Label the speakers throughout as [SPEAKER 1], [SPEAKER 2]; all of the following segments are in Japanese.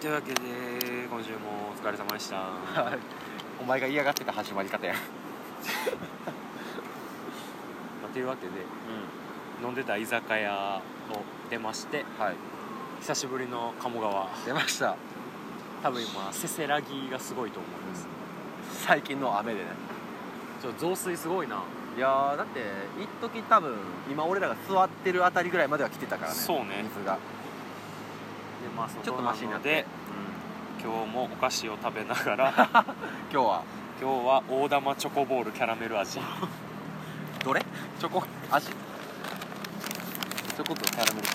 [SPEAKER 1] というわけで今週もお疲れ様 でした
[SPEAKER 2] お前が嫌がってた始まり方や
[SPEAKER 1] まあというわけで、飲んでた居酒屋を出まして
[SPEAKER 2] はい
[SPEAKER 1] 久しぶりの鴨川
[SPEAKER 2] 出ました
[SPEAKER 1] 多分今せせらぎがすごいと思います、
[SPEAKER 2] 最近の雨でね
[SPEAKER 1] ちょっと増水すごいない
[SPEAKER 2] やーだって一時多分今俺らが座ってるあたりぐらいまでは来てたからね
[SPEAKER 1] そうね
[SPEAKER 2] 水が
[SPEAKER 1] でまあそ
[SPEAKER 2] ちょっ
[SPEAKER 1] ことな
[SPEAKER 2] マシにな
[SPEAKER 1] の
[SPEAKER 2] っ
[SPEAKER 1] で
[SPEAKER 2] て、
[SPEAKER 1] 今日もお菓子を食べなが ら
[SPEAKER 2] うん今日は
[SPEAKER 1] 今日は大玉チョコボールキャラメル味
[SPEAKER 2] どれチョコ味チョコとキャラメルと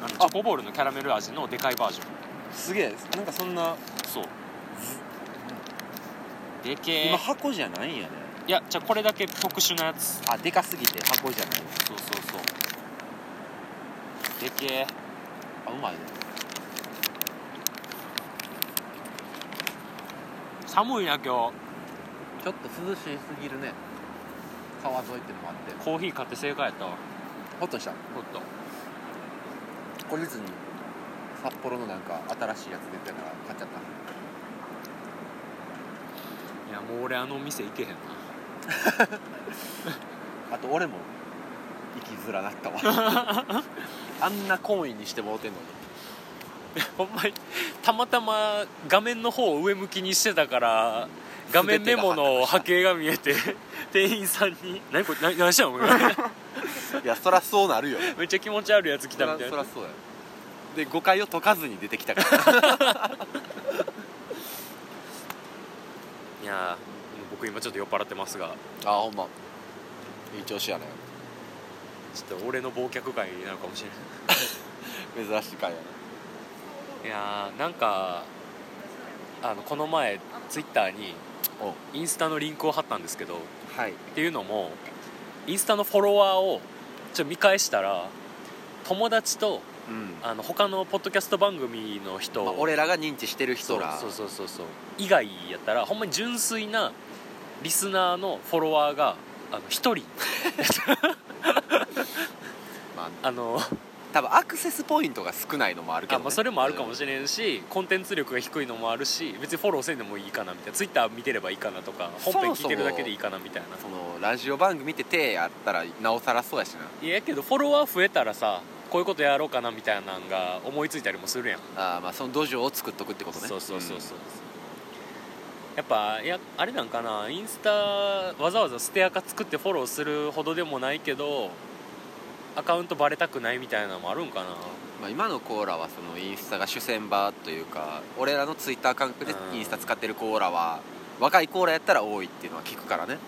[SPEAKER 1] あのチョコボールのキャラメル味のでかいバージョン
[SPEAKER 2] すげえなんかそんな
[SPEAKER 1] そうでけえ
[SPEAKER 2] 箱じゃないんやね
[SPEAKER 1] いやじゃあこれだけ特殊なやつ
[SPEAKER 2] あでかすぎて箱じゃない
[SPEAKER 1] そうそうそうでけえ
[SPEAKER 2] あうまいね
[SPEAKER 1] 寒いな今日
[SPEAKER 2] ちょっと涼しすぎるね川沿いってのもあって
[SPEAKER 1] コーヒー買って正解やったわ
[SPEAKER 2] ホッとした
[SPEAKER 1] ほっと
[SPEAKER 2] これずに札幌のなんか新しいやつ出てたから買っちゃった
[SPEAKER 1] いやもう俺あの店行けへんな
[SPEAKER 2] あと俺も生きづらな ったわあんな懇意にしてもうてんのに
[SPEAKER 1] ほんまにたまたま画面の方を上向きにしてたから画面メモの波形が見えて 店員さんに「何これ何何したの?お前」
[SPEAKER 2] いやそらそうなるよ
[SPEAKER 1] めっちゃ気持ち悪いやつ来
[SPEAKER 2] そ
[SPEAKER 1] た
[SPEAKER 2] ら
[SPEAKER 1] みたい
[SPEAKER 2] そ
[SPEAKER 1] な
[SPEAKER 2] らそうやで誤解を解かずに出てきたから
[SPEAKER 1] いやー僕今ちょっと酔っ払ってますが
[SPEAKER 2] あほんまいい調子やね
[SPEAKER 1] ちょっと俺の忘却会なのかもしれな
[SPEAKER 2] 珍しい回やね
[SPEAKER 1] いいやーなんかあのこの前ツイッターに
[SPEAKER 2] お
[SPEAKER 1] インスタのリンクを貼ったんですけど
[SPEAKER 2] はい
[SPEAKER 1] っていうのもインスタのフォロワーをちょっと見返したら友達と
[SPEAKER 2] うん
[SPEAKER 1] あの他のポッドキャスト番組の人、
[SPEAKER 2] まあ俺らが認知してる
[SPEAKER 1] そ
[SPEAKER 2] 人
[SPEAKER 1] う
[SPEAKER 2] ら
[SPEAKER 1] そうそうそうそう以外やったらほんまに純粋なリスナーのフォロワーがあの1人
[SPEAKER 2] まあ
[SPEAKER 1] あの
[SPEAKER 2] 多分アクセスポイントが少ないのもあるけど、
[SPEAKER 1] あ
[SPEAKER 2] ね、
[SPEAKER 1] まあ、それもあるかもしれんしコンテンツ力が低いのもあるし別にフォローせんでもいいかなみたいなツイッター見てればいいかなとか
[SPEAKER 2] そ
[SPEAKER 1] 本
[SPEAKER 2] もそも
[SPEAKER 1] 編聞いてるだけでいいかなみたいな
[SPEAKER 2] そのラジオ番組って手やったらなおさらそうやしない
[SPEAKER 1] やけどフォロワー増えたらさこういうことやろうかなみたいなのが思いついたりもするやん
[SPEAKER 2] あーまあその土壌を作っとくってことね
[SPEAKER 1] そうそうそうそう、やっぱいやあれなんかなインスタわざわざステアカ作ってフォローするほどでもないけどアカウントバレたくないみたいなのもあるんかな
[SPEAKER 2] うんまあ、今のコーラはそのインスタが主戦場というか俺らのツイッター感覚で
[SPEAKER 1] うん
[SPEAKER 2] インスタ使ってるコーラは若いコーラやったら多いっていうのは聞くからね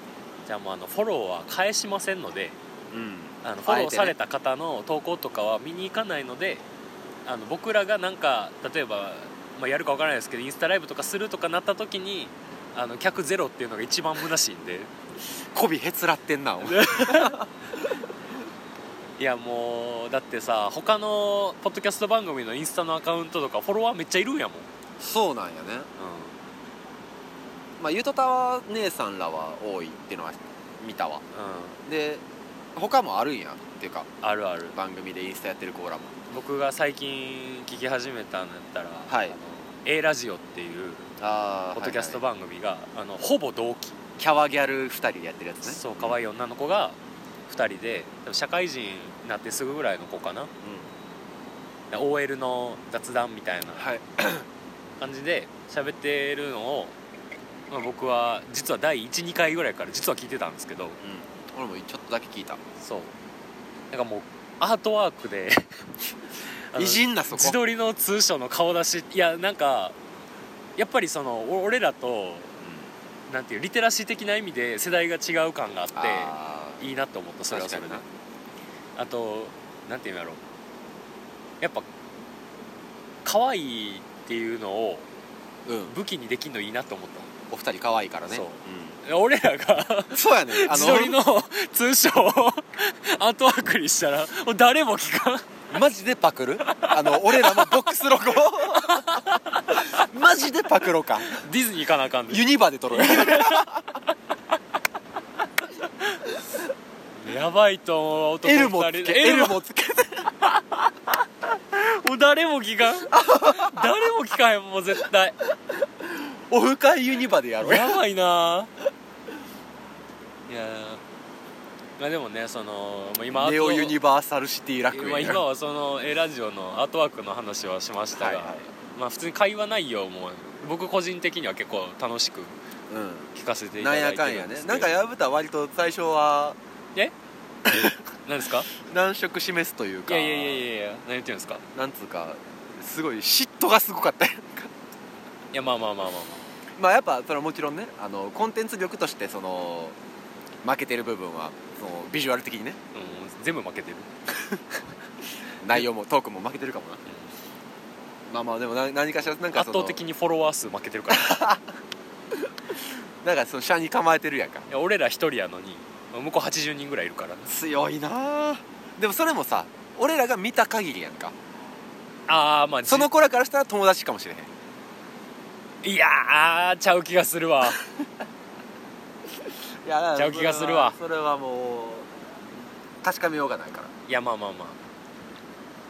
[SPEAKER 1] じゃあもうあのフォローは返しませんので
[SPEAKER 2] うん
[SPEAKER 1] あのフォロ
[SPEAKER 2] あえ
[SPEAKER 1] ー
[SPEAKER 2] てね
[SPEAKER 1] された方の投稿とかは見に行かないのであの僕らがなんか例えば、まあ、やるかわからないですけどインスタライブとかするとかなった時にあの客ゼロっていうのが一番虚しいんで
[SPEAKER 2] 媚びへつらってんなお前
[SPEAKER 1] いやもうだってさ他のポッドキャスト番組のインスタのアカウントとかフォロワーめっちゃいるんやもん、
[SPEAKER 2] そうなんやね、まあ、ゆとたわ姉さんらは多いっていうのは見たわ
[SPEAKER 1] う
[SPEAKER 2] で他もあるんやっていうか
[SPEAKER 1] ん、あるある
[SPEAKER 2] 番組でインスタやってるコーラも
[SPEAKER 1] 僕が最近聞き始めたんだったら、
[SPEAKER 2] はい
[SPEAKER 1] あの A ラジオっていう
[SPEAKER 2] あ
[SPEAKER 1] ポッドキャスト
[SPEAKER 2] 版
[SPEAKER 1] 番組が、あのほぼ同期
[SPEAKER 2] キャワギャル2人でやってるやつね
[SPEAKER 1] そう可愛い女の子が2人で多分社会人になってすぐぐらいの子かな
[SPEAKER 2] う、
[SPEAKER 1] OL の雑談みたいなん
[SPEAKER 2] はい
[SPEAKER 1] 感じで喋ってるのを、まあ、僕は実は第12回ぐらいから実は聞いてたんですけど
[SPEAKER 2] うん、俺もちょっとだけ聞いた
[SPEAKER 1] そうなんかもうアートワークで あの
[SPEAKER 2] いじんなそこ
[SPEAKER 1] 自撮りの通所の顔出しいやなんかやっぱりそのお俺らと
[SPEAKER 2] うん
[SPEAKER 1] なんていうリテラシー的な意味で世代が違う感があって
[SPEAKER 2] あー
[SPEAKER 1] いいなと思ったそれはそれで
[SPEAKER 2] 確か
[SPEAKER 1] あとなんていうんやろうやっぱ可愛いっていうのを
[SPEAKER 2] になうん
[SPEAKER 1] 武器にできるのいいなと思った
[SPEAKER 2] お二人可愛いからね
[SPEAKER 1] そうんいや俺らが
[SPEAKER 2] そうやねあ
[SPEAKER 1] 自撮りの通称をアートワークにしたらもう誰も聞かん
[SPEAKER 2] マジでパクるあの俺らのボックスロゴマジでパクロか
[SPEAKER 1] ディズニー行かなあかんで
[SPEAKER 2] ユニバで撮ろうよ
[SPEAKER 1] やばいと思う男二
[SPEAKER 2] エル
[SPEAKER 1] 人
[SPEAKER 2] もつけ
[SPEAKER 1] エルも
[SPEAKER 2] もつけ
[SPEAKER 1] もう誰も聞かん誰も聞かへんもう絶対
[SPEAKER 2] オフ会ユニバでやろうや
[SPEAKER 1] やばいないやーまあでもねそのまあ今
[SPEAKER 2] ネオユニ
[SPEAKER 1] バ
[SPEAKER 2] バーサルシティ楽園
[SPEAKER 1] 今
[SPEAKER 2] や
[SPEAKER 1] 今はその A ラジオのアートワークの話はしましたが、
[SPEAKER 2] はいはい
[SPEAKER 1] まあ普通に会話内容も僕個人的には結構楽しく聞かせ
[SPEAKER 2] う
[SPEAKER 1] て
[SPEAKER 2] ん
[SPEAKER 1] い
[SPEAKER 2] な
[SPEAKER 1] た
[SPEAKER 2] ん
[SPEAKER 1] だ
[SPEAKER 2] や
[SPEAKER 1] い
[SPEAKER 2] か
[SPEAKER 1] て
[SPEAKER 2] ん
[SPEAKER 1] る
[SPEAKER 2] や
[SPEAKER 1] んで
[SPEAKER 2] ね
[SPEAKER 1] すけど
[SPEAKER 2] なんか薮田は割と最初は
[SPEAKER 1] え何ですか
[SPEAKER 2] 難色示すという
[SPEAKER 1] い
[SPEAKER 2] か
[SPEAKER 1] やいやいやいやいや何言ってるんですか
[SPEAKER 2] なんつうかすごい嫉妬がすごかったやんか
[SPEAKER 1] いやまあまあまあまあま
[SPEAKER 2] まあやっぱそれはもちろんねあのコンテンツ力としてその負けてる部分はそのビジュアル的にね
[SPEAKER 1] あ、うん、全部負けてる、
[SPEAKER 2] 内容もトークも負けてるかもなまあまあでもな何かしらなんか
[SPEAKER 1] 圧
[SPEAKER 2] その
[SPEAKER 1] 倒的にフォロワー数負けてる からい
[SPEAKER 2] なんかその社に構えてるやんか
[SPEAKER 1] や俺ら一人やのに向こう80人ぐらいいるから
[SPEAKER 2] 強いなあでもそれもさ俺らが見た限りやんか
[SPEAKER 1] ああまあ
[SPEAKER 2] その子らからしたら友達かもしれへん
[SPEAKER 1] いやーちゃう気がするわ
[SPEAKER 2] いやだから
[SPEAKER 1] ちゃう気がするわ
[SPEAKER 2] それはそれはもう確かめようがないから
[SPEAKER 1] いやまあまあまあ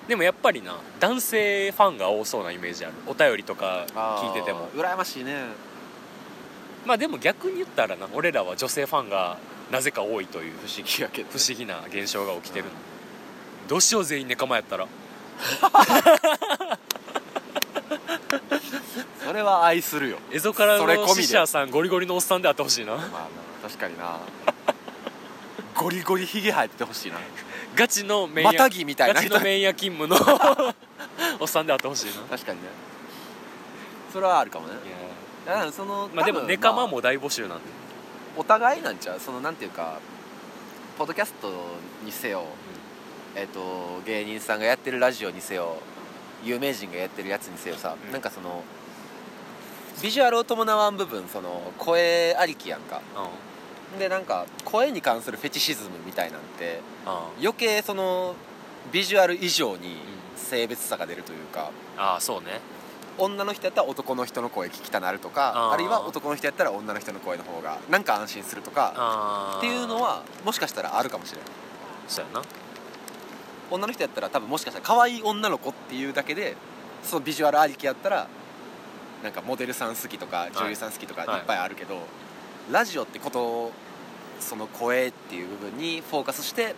[SPEAKER 1] でもやっぱりな男性ファンが多そうなイメージあるお便りとか聞いてても
[SPEAKER 2] 羨ましいね
[SPEAKER 1] まあでも逆に言ったらな俺らは女性ファンがなぜか多いという
[SPEAKER 2] 不思議やけど
[SPEAKER 1] 不思議な現象が起きてるの、どうしよう全員ネカマやったら
[SPEAKER 2] それは愛するよ
[SPEAKER 1] エゾから
[SPEAKER 2] それ込
[SPEAKER 1] の
[SPEAKER 2] みで
[SPEAKER 1] 死者さんゴリゴリのおっさんであってほしいな
[SPEAKER 2] まあな確かにな ゴリゴリヒゲ生えててほしいな
[SPEAKER 1] ガチの麺
[SPEAKER 2] ま
[SPEAKER 1] 屋、
[SPEAKER 2] たぎみたい
[SPEAKER 1] ガ
[SPEAKER 2] な
[SPEAKER 1] チの麺屋勤務の おっさんであってほしいな
[SPEAKER 2] 確かにねそれはあるかもね
[SPEAKER 1] いや
[SPEAKER 2] だからその
[SPEAKER 1] ーまあでも
[SPEAKER 2] 多分
[SPEAKER 1] ネカマ
[SPEAKER 2] ま
[SPEAKER 1] も大募集なんで、
[SPEAKER 2] あお互いなんちゃうそのなんていうかポッドキャストにせよ、えっと芸人さんがやってるラジオにせよ有名人がやってるやつにせよさ、
[SPEAKER 1] うん
[SPEAKER 2] なんかそのビジュアルを伴わん部分その声ありきやんか
[SPEAKER 1] うん
[SPEAKER 2] でなんか声に関するフェチシズムみたいなんて
[SPEAKER 1] あ
[SPEAKER 2] 余計そのビジュアル以上に性別差が出るというか、
[SPEAKER 1] あーそうね
[SPEAKER 2] 女の人やったら男の人の声聞きたなるとか
[SPEAKER 1] あ
[SPEAKER 2] あ
[SPEAKER 1] ー
[SPEAKER 2] るいは男の人やったら女の人の声の方がなんか安心するとか
[SPEAKER 1] ああ
[SPEAKER 2] っていうのはもしかしたらあるかもしれない
[SPEAKER 1] そうやな
[SPEAKER 2] 女の人やったら多分もしかしたら可愛い女の子っていうだけでそのビジュアルありきやったらなんかモデルさん好きとか
[SPEAKER 1] い
[SPEAKER 2] 女優さん好きとかいっ
[SPEAKER 1] はい
[SPEAKER 2] ぱいあるけど、ラジオってことをその声っていう部分にフォーカスして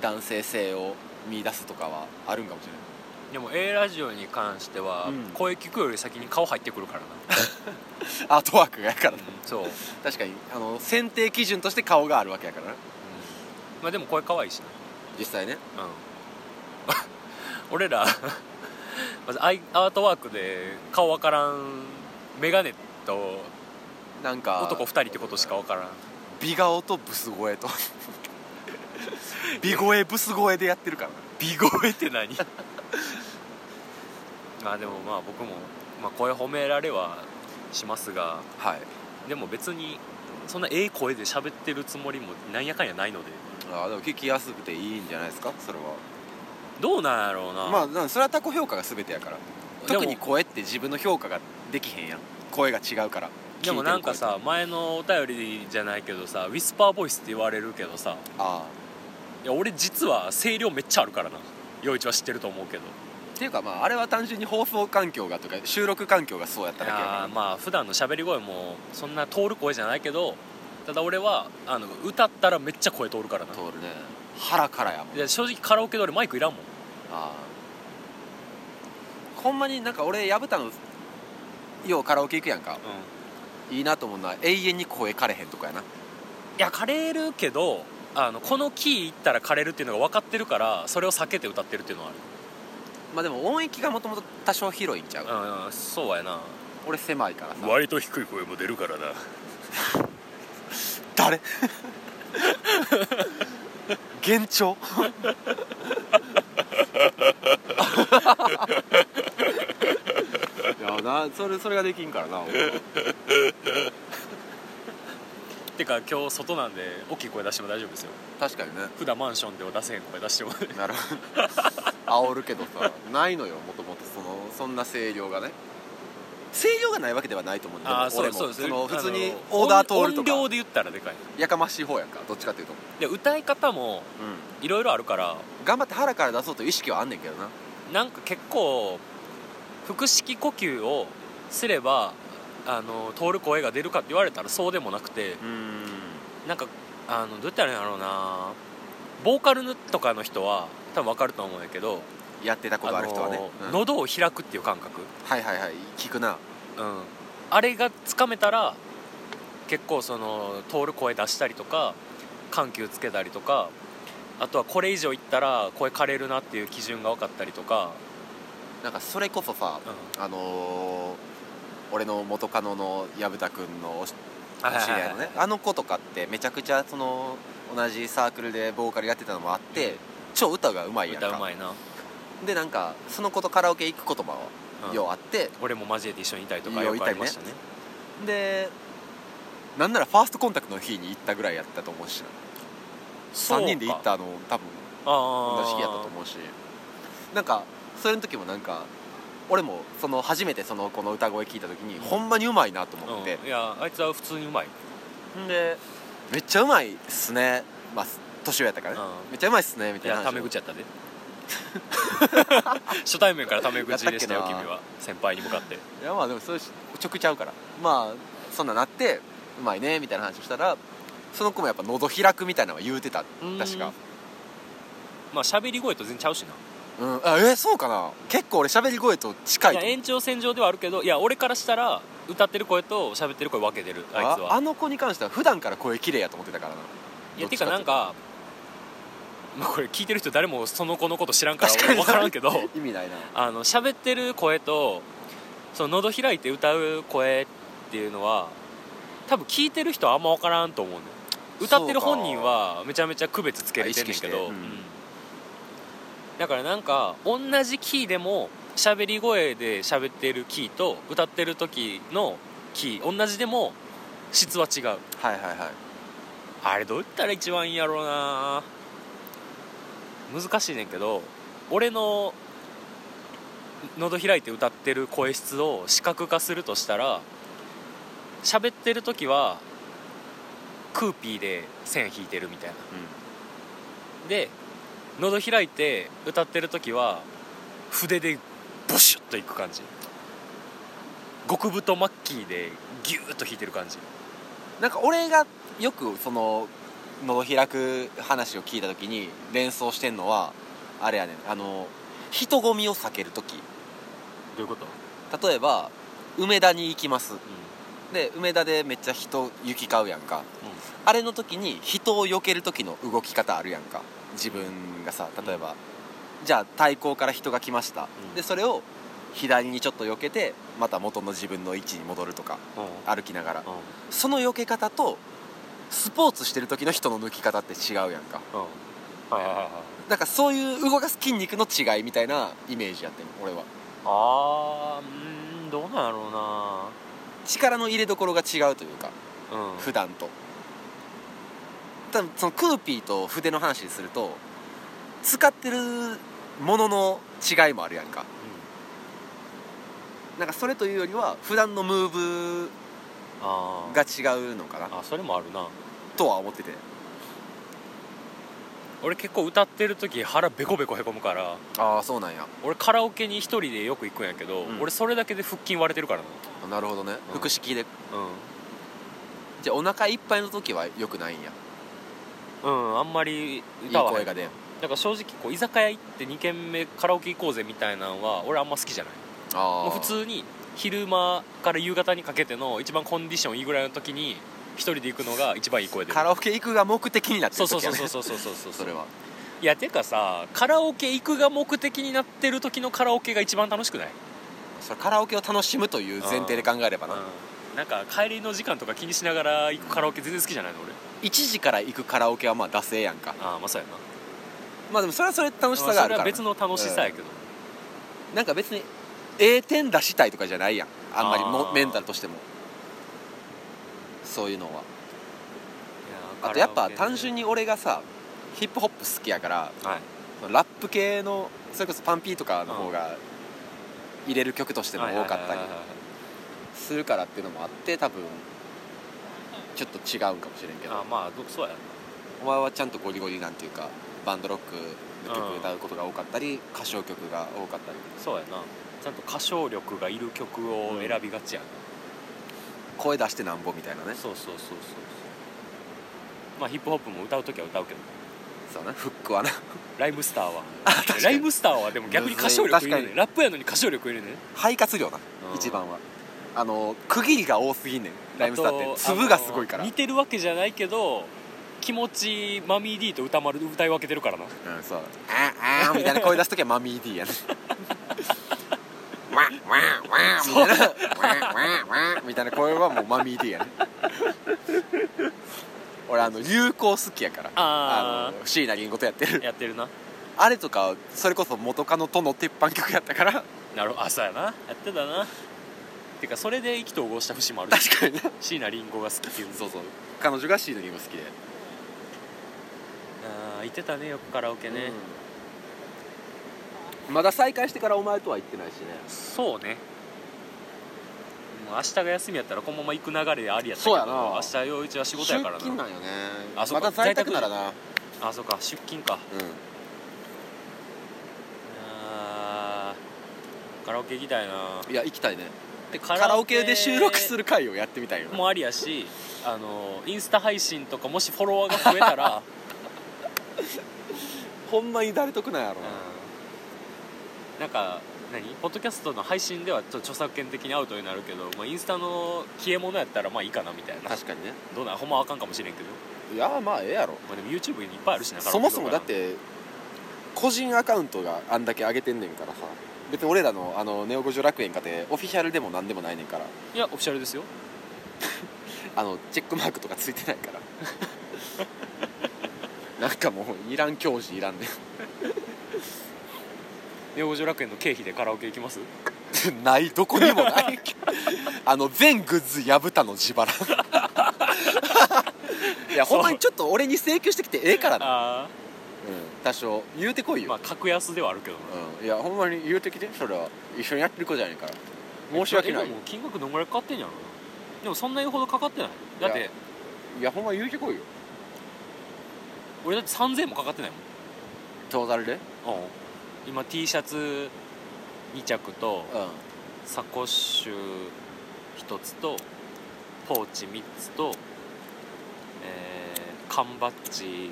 [SPEAKER 2] 男性性を見出すとかはあるんかもしれない
[SPEAKER 1] でも A ラジオに関しては、
[SPEAKER 2] うん
[SPEAKER 1] 声聞くより先に顔入ってくるからな、
[SPEAKER 2] アートワークがやからな
[SPEAKER 1] そう、
[SPEAKER 2] 確かにあの選定基準として顔があるわけやからな
[SPEAKER 1] まあでも声可愛いし
[SPEAKER 2] 実際ね
[SPEAKER 1] なうん 俺らまずアイアートワークで顔わからんメガネと
[SPEAKER 2] なんか
[SPEAKER 1] 男2人ってことしかわからん
[SPEAKER 2] 美顔とブス声と美声ブス声でやってるからな
[SPEAKER 1] 美声って何 まあでもまあ僕も、まあ、声褒められはしますが
[SPEAKER 2] はい
[SPEAKER 1] でも別にそんなええ声で喋ってるつもりもなんやかんやないので
[SPEAKER 2] あーでも聞きやすくていいんじゃないですかそれは
[SPEAKER 1] どうなんやろうな、
[SPEAKER 2] まあなんそれは他己評価が全てやから
[SPEAKER 1] でも
[SPEAKER 2] 特に声って自分の評価ができへんやん声が違うから
[SPEAKER 1] でもなんかさ前のお便りじゃないけどさウィスパーボイスって言われるけどさ
[SPEAKER 2] 聞いてる声とああ
[SPEAKER 1] いや俺実は声量めっちゃあるからな陽一は知ってると思うけど
[SPEAKER 2] っていうかまああれは単純に放送環境がとか収録環境がそうやっただけやから
[SPEAKER 1] あーまあ普段の喋り声もそんな通る声じゃないけどただ俺はあの歌ったらめっちゃ声通るからな
[SPEAKER 2] 通るね腹からやもん
[SPEAKER 1] いや正直カラオケで俺マイクいらんもん
[SPEAKER 2] ああほんまになんか俺薮田のようカラオケ行くやんか
[SPEAKER 1] い
[SPEAKER 2] いいなと思うのは永遠に声枯れへんとかやな
[SPEAKER 1] や枯れるけどあのこのキーいったら枯れるっていうのが分かってるからそれを避けて歌ってるっていうのは
[SPEAKER 2] まあでも音域がもともと多少広いんちゃう、
[SPEAKER 1] あるうんそうやな
[SPEAKER 2] 俺狭いからさ
[SPEAKER 1] 割と低い声も出るからな
[SPEAKER 2] 誰幻聴 いやなそれそれができんからな俺は
[SPEAKER 1] てか今日外なんで大きい声出しても大丈夫ですよ
[SPEAKER 2] 確かにね
[SPEAKER 1] 普段マンションでは出せへん声出しても
[SPEAKER 2] なるほど煽るけどさないのよもともとそのそんな声量がね声量がないわけではないと思うんだ
[SPEAKER 1] ああそう
[SPEAKER 2] 俺
[SPEAKER 1] ですそう
[SPEAKER 2] も
[SPEAKER 1] です
[SPEAKER 2] その
[SPEAKER 1] あの
[SPEAKER 2] 普通にオーダー通ると
[SPEAKER 1] 音量
[SPEAKER 2] か
[SPEAKER 1] で言ったらでかい
[SPEAKER 2] やかましい方やんかどっちかっていうと、
[SPEAKER 1] で歌い方もいろいろあるから
[SPEAKER 2] 頑張って腹から出そうという意識はあんねんけどな
[SPEAKER 1] なんか結構腹式呼吸をすればあの通る声が出るかって言われたらそうでもなくて
[SPEAKER 2] うん
[SPEAKER 1] なんかあのどうやったらいいんだろうなボーカルとかの人は多分わかると思うんやけど
[SPEAKER 2] やってたことある人はね、
[SPEAKER 1] あの
[SPEAKER 2] うん
[SPEAKER 1] 喉を開くっていう感覚、
[SPEAKER 2] はいはいはい聞くな
[SPEAKER 1] うん、あれがつかめたら結構その通る声出したりとか緩急つけたりとかあとはこれ以上いったら声枯れるなっていう基準が分かったりとか、
[SPEAKER 2] なんかそれこそさ
[SPEAKER 1] うん、
[SPEAKER 2] あのー俺の元カノの薮田君のおしお知り合いのねあの子とかってめちゃくちゃその同じサークルでボーカルやってたのもあって、超歌がうまいやん
[SPEAKER 1] 歌う
[SPEAKER 2] か
[SPEAKER 1] まいな、
[SPEAKER 2] でなんかその子とカラオケ行くことも
[SPEAKER 1] うん
[SPEAKER 2] ようあって、
[SPEAKER 1] 俺も交えて一緒にいたりとか
[SPEAKER 2] いいよ
[SPEAKER 1] よくありましたね
[SPEAKER 2] でなんならファーストコンタクトの日に行ったぐらいやったと思うし
[SPEAKER 1] そうか
[SPEAKER 2] 3人で行ったの多分
[SPEAKER 1] あ
[SPEAKER 2] 同
[SPEAKER 1] ー
[SPEAKER 2] じ日やったと思うしなんかそれの時もなんか俺もその初めてその子の歌声聞いた時に、
[SPEAKER 1] うん
[SPEAKER 2] ほんまにうまいなと思って
[SPEAKER 1] う、ん、いやあいつは普通にうまい、
[SPEAKER 2] でめっちゃうまいっすねまあ年上やったからね、
[SPEAKER 1] う
[SPEAKER 2] めっちゃうまいっすねみ
[SPEAKER 1] ん、い
[SPEAKER 2] たい
[SPEAKER 1] や
[SPEAKER 2] な話を
[SPEAKER 1] タメ口やった で初対面からタメ口でしたよ
[SPEAKER 2] やったっけ
[SPEAKER 1] 君
[SPEAKER 2] な
[SPEAKER 1] は先輩に向かって
[SPEAKER 2] いやまあでもそれ直ちゃうからまあそんななってうまいねみたいな話をしたらその子もやっぱ喉開くみたいなのは言うてた
[SPEAKER 1] うん
[SPEAKER 2] 確か
[SPEAKER 1] まあ喋り声と全然ちゃうしな
[SPEAKER 2] うんあえそうかな結構俺喋り声と近い
[SPEAKER 1] い
[SPEAKER 2] と
[SPEAKER 1] や
[SPEAKER 2] 思う
[SPEAKER 1] 延長線上ではあるけどいや俺からしたら歌ってる声と喋ってる声分けてるあいつ
[SPEAKER 2] あ
[SPEAKER 1] は
[SPEAKER 2] あの子に関しては普段から声綺麗やと思ってたからない ど
[SPEAKER 1] や
[SPEAKER 2] ってち
[SPEAKER 1] か
[SPEAKER 2] か
[SPEAKER 1] なんか、まあ、これ聞いてる人誰もその子のこと知らんから分からんけど
[SPEAKER 2] 意味ないな
[SPEAKER 1] あの喋ってる声とその喉開いて歌う声っていうのは多分聞いてる人はあんま分からんと思うね歌ってる本人はめちゃめちゃ区別つけれてるんだけ
[SPEAKER 2] あ意
[SPEAKER 1] ど、
[SPEAKER 2] 識してうん
[SPEAKER 1] だからなんか同じキーでも喋り声で喋ってるキーと歌ってる時のキー同じでも質は違う
[SPEAKER 2] はいはいはい
[SPEAKER 1] あれどう言ったら一番いいんやろうな難しいねんけど俺の喉開いて歌ってる声質を視覚化するとしたら喋ってる時はクーピーで線引いてるみたいなで喉開いて歌ってる時は筆でボシュッといく感じ極太マッキーでギューッと弾いてる感じ
[SPEAKER 2] なんか俺がよくその喉開く話を聞いた時に連想してんのはあれやねんあの人混みを避ける時
[SPEAKER 1] どういうこと、
[SPEAKER 2] 例えば梅田に行きます
[SPEAKER 1] うん
[SPEAKER 2] で梅田でめっちゃ人行き交うやんかあれの時に人を避ける時の動き方あるやんか自分がさ例えば、じゃあ対向から人が来ました、
[SPEAKER 1] うん
[SPEAKER 2] でそれを左にちょっと避けてまた元の自分の位置に戻るとか
[SPEAKER 1] うんうん
[SPEAKER 2] 歩きながら
[SPEAKER 1] うん
[SPEAKER 2] その避け方とスポーツしてる時の人の抜き方って違うやんか
[SPEAKER 1] うんはいはいはいはい
[SPEAKER 2] なんかそういう動かす筋肉の違いみたいなイメージやってん俺は
[SPEAKER 1] あーうーんどうなんやろう
[SPEAKER 2] 力の入れどころが違うというか
[SPEAKER 1] なうん
[SPEAKER 2] 普段と多分そのクーピーと筆の話にすると使ってるものの違いもあるやん
[SPEAKER 1] う
[SPEAKER 2] か
[SPEAKER 1] ん
[SPEAKER 2] なんかそれというよりは普段のムーブ
[SPEAKER 1] あー
[SPEAKER 2] が違うのかな
[SPEAKER 1] あそれもあるな
[SPEAKER 2] とは思ってて
[SPEAKER 1] 俺結構歌ってる時腹ベコベコへこむから
[SPEAKER 2] ああそうなんや
[SPEAKER 1] 俺カラオケに一人でよく行くんやけど、
[SPEAKER 2] うん
[SPEAKER 1] 俺それだけで腹筋割れてるからな
[SPEAKER 2] なるほどね
[SPEAKER 1] うん
[SPEAKER 2] 腹式で
[SPEAKER 1] うん
[SPEAKER 2] じゃあお腹いっぱいの時はよくないんや
[SPEAKER 1] うん、あんまり
[SPEAKER 2] いい
[SPEAKER 1] 歌は
[SPEAKER 2] 声が出ん
[SPEAKER 1] だから正直こう居酒屋行って2軒目カラオケ行こうぜみたいなのは俺あんま好きじゃない
[SPEAKER 2] あ
[SPEAKER 1] も
[SPEAKER 2] あ
[SPEAKER 1] う普通に昼間から夕方にかけての一番コンディションいいぐらいの時に一人で行くのが一番いい声で
[SPEAKER 2] カラオケ行くが目的になって
[SPEAKER 1] そう
[SPEAKER 2] る
[SPEAKER 1] そう
[SPEAKER 2] 時
[SPEAKER 1] そ
[SPEAKER 2] や
[SPEAKER 1] う
[SPEAKER 2] ね
[SPEAKER 1] そうそうそうそうそう
[SPEAKER 2] それはい
[SPEAKER 1] やてかさカラオケ行くが目的になってる時のカラオケが一番楽しくない、
[SPEAKER 2] それカラオケを楽しむという前提で考えればな
[SPEAKER 1] なんか帰りの時間とか気にしながら行くカラオケ全然好きじゃないの俺
[SPEAKER 2] 1時から行くカラオケはまあ惰性やんか
[SPEAKER 1] ああまあそうやな
[SPEAKER 2] まあでもそれはそれで楽し
[SPEAKER 1] そ
[SPEAKER 2] さがあ
[SPEAKER 1] れ
[SPEAKER 2] る
[SPEAKER 1] は
[SPEAKER 2] から
[SPEAKER 1] 別の楽しさやけど、
[SPEAKER 2] なんか別に A 点出したいとかじゃないやんあんまり
[SPEAKER 1] あー
[SPEAKER 2] もメンタルとしてもそういうのはい
[SPEAKER 1] や
[SPEAKER 2] あとやっぱ単純に俺がさヒップホップ好きやから
[SPEAKER 1] はい
[SPEAKER 2] そのラップ系のそれこそパンピーとかの方が入れる曲としても多かっ
[SPEAKER 1] は
[SPEAKER 2] たり
[SPEAKER 1] いはいはいはい
[SPEAKER 2] するからっていうのもあって多分ちょっと違うんかもしれんけど
[SPEAKER 1] あまあどそうやな
[SPEAKER 2] お前はちゃんとゴリゴリなんていうかバンドロックの曲歌うことが多かったり、歌唱曲が多かったり
[SPEAKER 1] そうやなちゃんと歌唱力がいる曲を選びがちやな、
[SPEAKER 2] 声出してなんぼみたいなね
[SPEAKER 1] そうそうそうそうまあヒップホップも歌う時は歌うけど
[SPEAKER 2] そうなフックはな
[SPEAKER 1] ライムスターは
[SPEAKER 2] かに
[SPEAKER 1] ライムスターはでも逆に歌唱力いる
[SPEAKER 2] むずい確か
[SPEAKER 1] ね
[SPEAKER 2] に
[SPEAKER 1] ラップやのに歌唱力いるね
[SPEAKER 2] 肺活量な、
[SPEAKER 1] うん
[SPEAKER 2] 一番はあの区切りが多すぎんねんライムスターっ
[SPEAKER 1] あ
[SPEAKER 2] て
[SPEAKER 1] と
[SPEAKER 2] 粒がすごいか
[SPEAKER 1] あ
[SPEAKER 2] ら
[SPEAKER 1] の似てるわけじゃないけど気持ちマミー D と歌丸で歌い分けてるからな
[SPEAKER 2] うんそう「あんあん」みたいな声出す時はマミー D やね わんわんわんみたいな「わんわんわん」みたいな声はもうマミー D やね俺あの流行好きやから
[SPEAKER 1] あー
[SPEAKER 2] の椎名林檎とやってる
[SPEAKER 1] やってるな
[SPEAKER 2] あれとかそれこそ元カノとの鉄板曲やったから
[SPEAKER 1] なるほどあそうやなやってたなてかそれで意気投合した節もある
[SPEAKER 2] 確かにな
[SPEAKER 1] 椎名林檎が好きっていうの
[SPEAKER 2] そうそう彼女が椎名林檎好きで
[SPEAKER 1] あー行ってたねよくカラオケね、
[SPEAKER 2] うんまだ再会してからお前とは行ってないしね
[SPEAKER 1] そうねもう明日が休みやったらこのまま行く流れでありやったけ
[SPEAKER 2] そ
[SPEAKER 1] ど
[SPEAKER 2] うやな
[SPEAKER 1] 明日陽一は仕事やから
[SPEAKER 2] 出勤
[SPEAKER 1] な
[SPEAKER 2] なんよね
[SPEAKER 1] あそ
[SPEAKER 2] ま
[SPEAKER 1] うか
[SPEAKER 2] た在宅ならな
[SPEAKER 1] あそうか出勤か
[SPEAKER 2] う
[SPEAKER 1] あーカラオケ行きたいなん
[SPEAKER 2] いや行きたいね
[SPEAKER 1] でカ
[SPEAKER 2] カラオケで収録する回をやってみたいよ
[SPEAKER 1] もありやしあのインスタ配信とかもしフォロワーが増えた ら、
[SPEAKER 2] ほんまに誰得なんやろ
[SPEAKER 1] うんなんか何ポッドキャストの配信ではちょっと著作権的にアウトになるけど、まあ、インスタの消え物やったらまあいいかなみたいな
[SPEAKER 2] かにね
[SPEAKER 1] どうなんほんまはあかんかもしれんけど、
[SPEAKER 2] いやまあええやろ
[SPEAKER 1] まあ、でも YouTube にいっぱいあるしな
[SPEAKER 2] そもそもだっ
[SPEAKER 1] カラオケ動
[SPEAKER 2] て個人アカウントがあんだけ上げてんねんからさ別に俺らのあのネオ五条楽園かてオフィシャルでも何でもないねんから
[SPEAKER 1] 画がいやオフィシャルですよ
[SPEAKER 2] あのチェックマークとかついてない からなんかもういらん教授いらんね
[SPEAKER 1] ネオ五条楽園の経費でカラオケ行きます
[SPEAKER 2] ないどこにもないあの全グッズ薮田の自腹 いや
[SPEAKER 1] そう
[SPEAKER 2] ほんまにちょっと俺に請求してきてええからな、
[SPEAKER 1] あ
[SPEAKER 2] うん、多少言うてこい
[SPEAKER 1] あ
[SPEAKER 2] よ、
[SPEAKER 1] まあ格安ではあるけどな
[SPEAKER 2] うん、いやほんまに言うてきてそれは一緒にやってる子じゃないから申し訳ない
[SPEAKER 1] えでも金額どんぐらいかかってんやろなでもそんなにほどかかってないだっ
[SPEAKER 2] い
[SPEAKER 1] て
[SPEAKER 2] やいやほんま言うてこいよ
[SPEAKER 1] 俺だって3000円もかかってないもん
[SPEAKER 2] トータルでう
[SPEAKER 1] う
[SPEAKER 2] ん
[SPEAKER 1] ん、今 T シャツ2着とサコッシュ1つとポーチ3つと、えー缶バッジ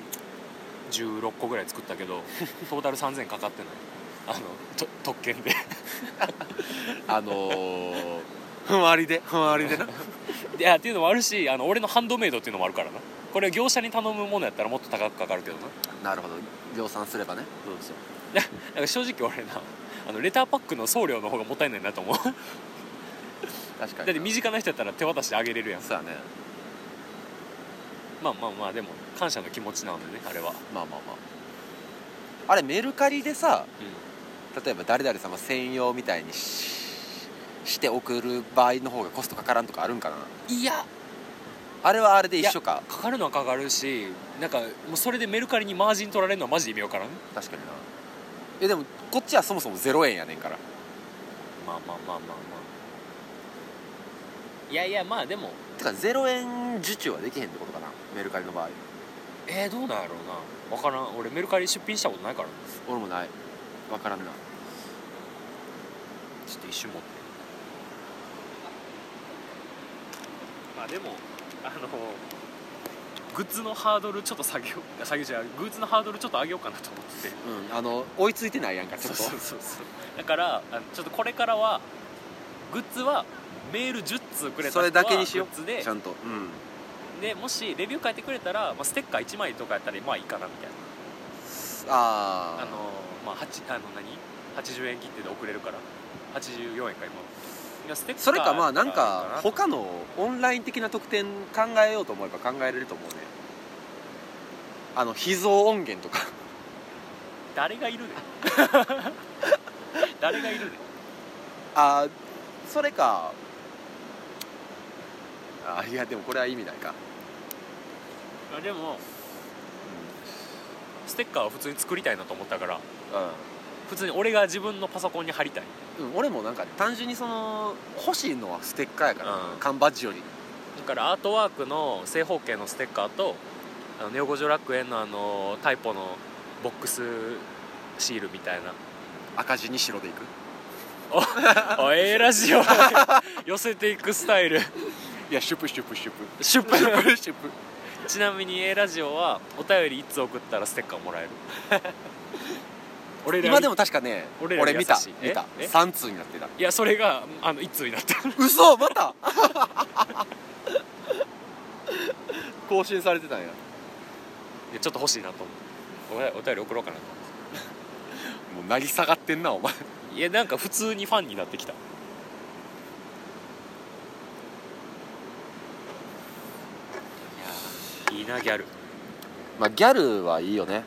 [SPEAKER 1] 16個ぐらい作ったけ どトータル3000かかってないあのと特権で
[SPEAKER 2] あのー、 ふんわりでふんわりでない
[SPEAKER 1] やっていうのもあるしあの俺のハンドメイドっていうのもあるからなこれ業者に頼むものやったらもっと高くかかるけどな
[SPEAKER 2] なるほど量産すればね
[SPEAKER 1] そうですよいやなんか正直俺なあのレターパックの送料の方がもったいないなと思うだ
[SPEAKER 2] 確かに
[SPEAKER 1] って身近な人やったら手渡してあげれるやん
[SPEAKER 2] そうやね
[SPEAKER 1] まあまあまあでも感謝の気持ちなのでねあれは、
[SPEAKER 2] まあまあまああれメルカリでさ例えば誰々様専用みたいにしして送る場合の方がコストかからんとかあるんかない
[SPEAKER 1] や
[SPEAKER 2] あれはあれで一緒か
[SPEAKER 1] かかるのはかかるしなんかもうそれでメルカリにマージン取られるのはマジで意味わからん
[SPEAKER 2] 確かになえでもこっちはそもそも0円やねんから
[SPEAKER 1] まあまあまあまあまあいやいやまあでも
[SPEAKER 2] てか0円受注はできへんってことかなメルカリの場合
[SPEAKER 1] えー、どうなんやろうなわからん俺メルカリ出品したことないから
[SPEAKER 2] 俺もないわからんな
[SPEAKER 1] ちょっと一瞬持ってまあでもあのグッズのハードルちょっと下げよう下げようじゃないグッズのハードルちょっと上げようかなと思ってて
[SPEAKER 2] うんあの追いついてないやんかち
[SPEAKER 1] そ
[SPEAKER 2] ょ
[SPEAKER 1] う
[SPEAKER 2] っ
[SPEAKER 1] そう
[SPEAKER 2] と
[SPEAKER 1] そうそうだからあのちょっとこれからはグッズはメール10通くれた人は
[SPEAKER 2] それだけにしよう
[SPEAKER 1] グッズで
[SPEAKER 2] ちゃんとうん
[SPEAKER 1] でもしレビュー書いてくれたら、まあ、ステッカー1枚とかやったらまあいいかなみたいな
[SPEAKER 2] あ
[SPEAKER 1] あのまあ8あの何80円切手で送れるから84円か今いやステッカー
[SPEAKER 2] それかまあなん
[SPEAKER 1] やったら
[SPEAKER 2] か
[SPEAKER 1] いい
[SPEAKER 2] 他のオンライン的な特典考えようと思えば考えれると思うねあの秘蔵音源とか
[SPEAKER 1] 誰がいるね誰がいるね
[SPEAKER 2] あそれかあいやでもこれは意味ないか、
[SPEAKER 1] まあでもステッカーを普通に作りたいなと思ったから普通に俺が自分のパソコンに貼りたい
[SPEAKER 2] うん、俺もなんか単純にその欲しいのはステッカーやか
[SPEAKER 1] う
[SPEAKER 2] ら、
[SPEAKER 1] ん
[SPEAKER 2] 缶バッジより
[SPEAKER 1] だからアートワークの正方形のステッカーとあのネオ五条楽園のあのタイポのボックスシールみたい な
[SPEAKER 2] 赤字に白でいく
[SPEAKER 1] あええラジオ 寄せていくスタイル
[SPEAKER 2] いやシュプシュプシュプ
[SPEAKER 1] シュッ
[SPEAKER 2] シュプ シュプ
[SPEAKER 1] ちなみに A ラジオはお便りいつ送ったらステッカーもらえる俺ら
[SPEAKER 2] 今でも確かね
[SPEAKER 1] 俺
[SPEAKER 2] 俺
[SPEAKER 1] らに優
[SPEAKER 2] 見
[SPEAKER 1] したいえ
[SPEAKER 2] 見た
[SPEAKER 1] え
[SPEAKER 2] 3通になってた
[SPEAKER 1] いやそれがあのいつにな った
[SPEAKER 2] 嘘ま た更新されてたんや
[SPEAKER 1] いやちょっと欲しいなと思っておお便り送ろうかなと思
[SPEAKER 2] もう成り下がってんなお前
[SPEAKER 1] っていやなんか普通にファンになってきたいやいいなギャル
[SPEAKER 2] まあギャルはいいよね、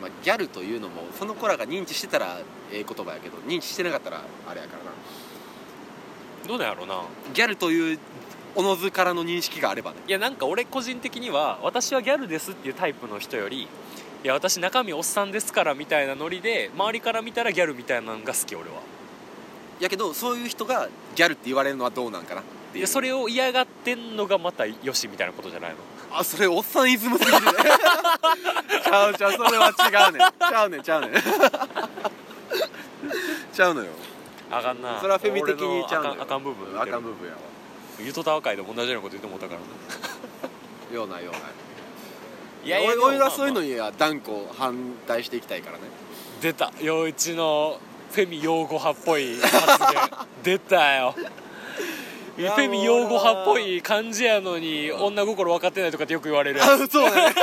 [SPEAKER 2] まあ、ギャルというのもその子らが認知してたらええ言葉やけど認知してなかったらあれやからな
[SPEAKER 1] どうなんやろうな
[SPEAKER 2] ギャルというおのずからの認識があればね
[SPEAKER 1] いやなんか俺個人的には私はギャルですっていうタイプの人よりいや私中身おっさんですからみたいなノリで周りから見たらギャルみたいなのが好き俺は
[SPEAKER 2] やけどそういう人がギャルって言われるのはどうなんかなって
[SPEAKER 1] い
[SPEAKER 2] いう
[SPEAKER 1] やそれを嫌がってんのがまたよしみたいなことじゃないの
[SPEAKER 2] あそれおっさんイズムすぎるね ちゃうちゃうそれは違うねんちゃうねんちゃうねんちゃうのよ
[SPEAKER 1] あかんな
[SPEAKER 2] それはフェミ的にちゃう
[SPEAKER 1] 俺
[SPEAKER 2] の
[SPEAKER 1] のあ
[SPEAKER 2] よ
[SPEAKER 1] かんあかん部分
[SPEAKER 2] あかん部分やわ
[SPEAKER 1] ゆとたわ会でも同じようなこと言ってもったからな
[SPEAKER 2] ようないようない
[SPEAKER 1] い
[SPEAKER 2] 俺俺はそういうの
[SPEAKER 1] に
[SPEAKER 2] には断固反対していきたいからね
[SPEAKER 1] 出た陽一のフェミ擁護派っぽい発言出たよフ
[SPEAKER 2] いや
[SPEAKER 1] ェミ擁護派っぽい感じやのに女心分かってないとかってよく言われるやつ
[SPEAKER 2] あそうだね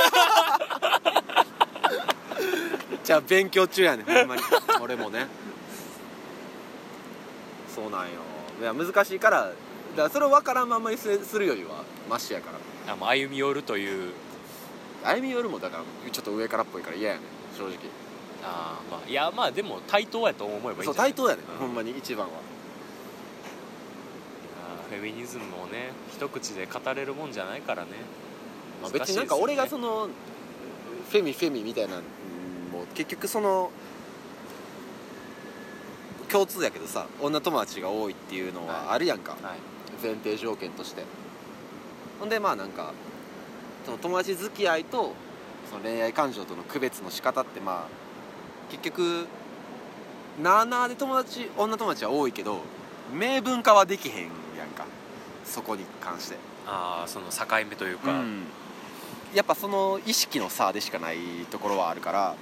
[SPEAKER 2] じゃあ勉強中やねほんまに俺もねそうなんよいや難しいからだからそれを分からんまんまにすするよりはマシやから
[SPEAKER 1] あもう歩み寄るという
[SPEAKER 2] 歩み寄るもだからちょっと上からっぽいから嫌やね正直
[SPEAKER 1] あーまあいやまあでも対等やと思えばいいんじ
[SPEAKER 2] そ
[SPEAKER 1] ゃ
[SPEAKER 2] う
[SPEAKER 1] ない
[SPEAKER 2] 対等やね、
[SPEAKER 1] うん
[SPEAKER 2] ほんまに一番は
[SPEAKER 1] あーフェミニズムをね一口で語れるもんじゃないからね、
[SPEAKER 2] まあ、
[SPEAKER 1] 難しい
[SPEAKER 2] 別になんか俺がそ
[SPEAKER 1] の
[SPEAKER 2] のフェミフェミみたいなのも結局その共通やけどさ女友達が多いっていうのはあるやんか、
[SPEAKER 1] はい
[SPEAKER 2] 前提条件としてほんでまあなんかその友達付き合いとその恋愛感情との区別の仕方ってまあ結局なあなあで友達女友達は多いけど明文化はできへんやんかそこに関して
[SPEAKER 1] ああその境目というか、
[SPEAKER 2] うんやっぱその意識の差でしかないところはあるから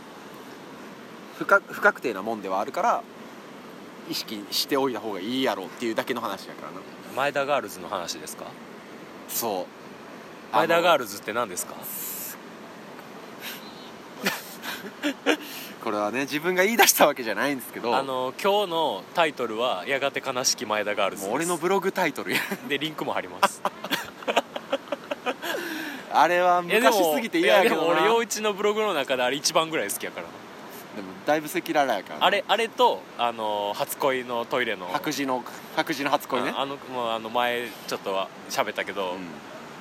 [SPEAKER 2] 不か不確定なもんではあるから意識しておいた方がいいやろうっていうだけの話やからな
[SPEAKER 1] 前田ガールズの話ですか
[SPEAKER 2] そう
[SPEAKER 1] 前田ガー
[SPEAKER 2] ル
[SPEAKER 1] ルズって何ですか
[SPEAKER 2] これはね自分が言い出したわけじゃないんですけど
[SPEAKER 1] あの今日のタイトルは「やがて悲しき前田ガールズです」
[SPEAKER 2] もう俺のブログタイトルや
[SPEAKER 1] でリンクも貼ります
[SPEAKER 2] あれはい
[SPEAKER 1] やでも
[SPEAKER 2] 昔すぎて嫌やけど
[SPEAKER 1] いや
[SPEAKER 2] な
[SPEAKER 1] でも
[SPEAKER 2] で
[SPEAKER 1] 俺
[SPEAKER 2] も
[SPEAKER 1] 陽一のブログの中であれ一番ぐらい好きやからな
[SPEAKER 2] だいぶ赤裸々やからな
[SPEAKER 1] あれあれとあの初恋のトイレの
[SPEAKER 2] 白磁の白磁の初恋ね
[SPEAKER 1] ああのもうあの前ちょっとは喋ったけど、
[SPEAKER 2] うん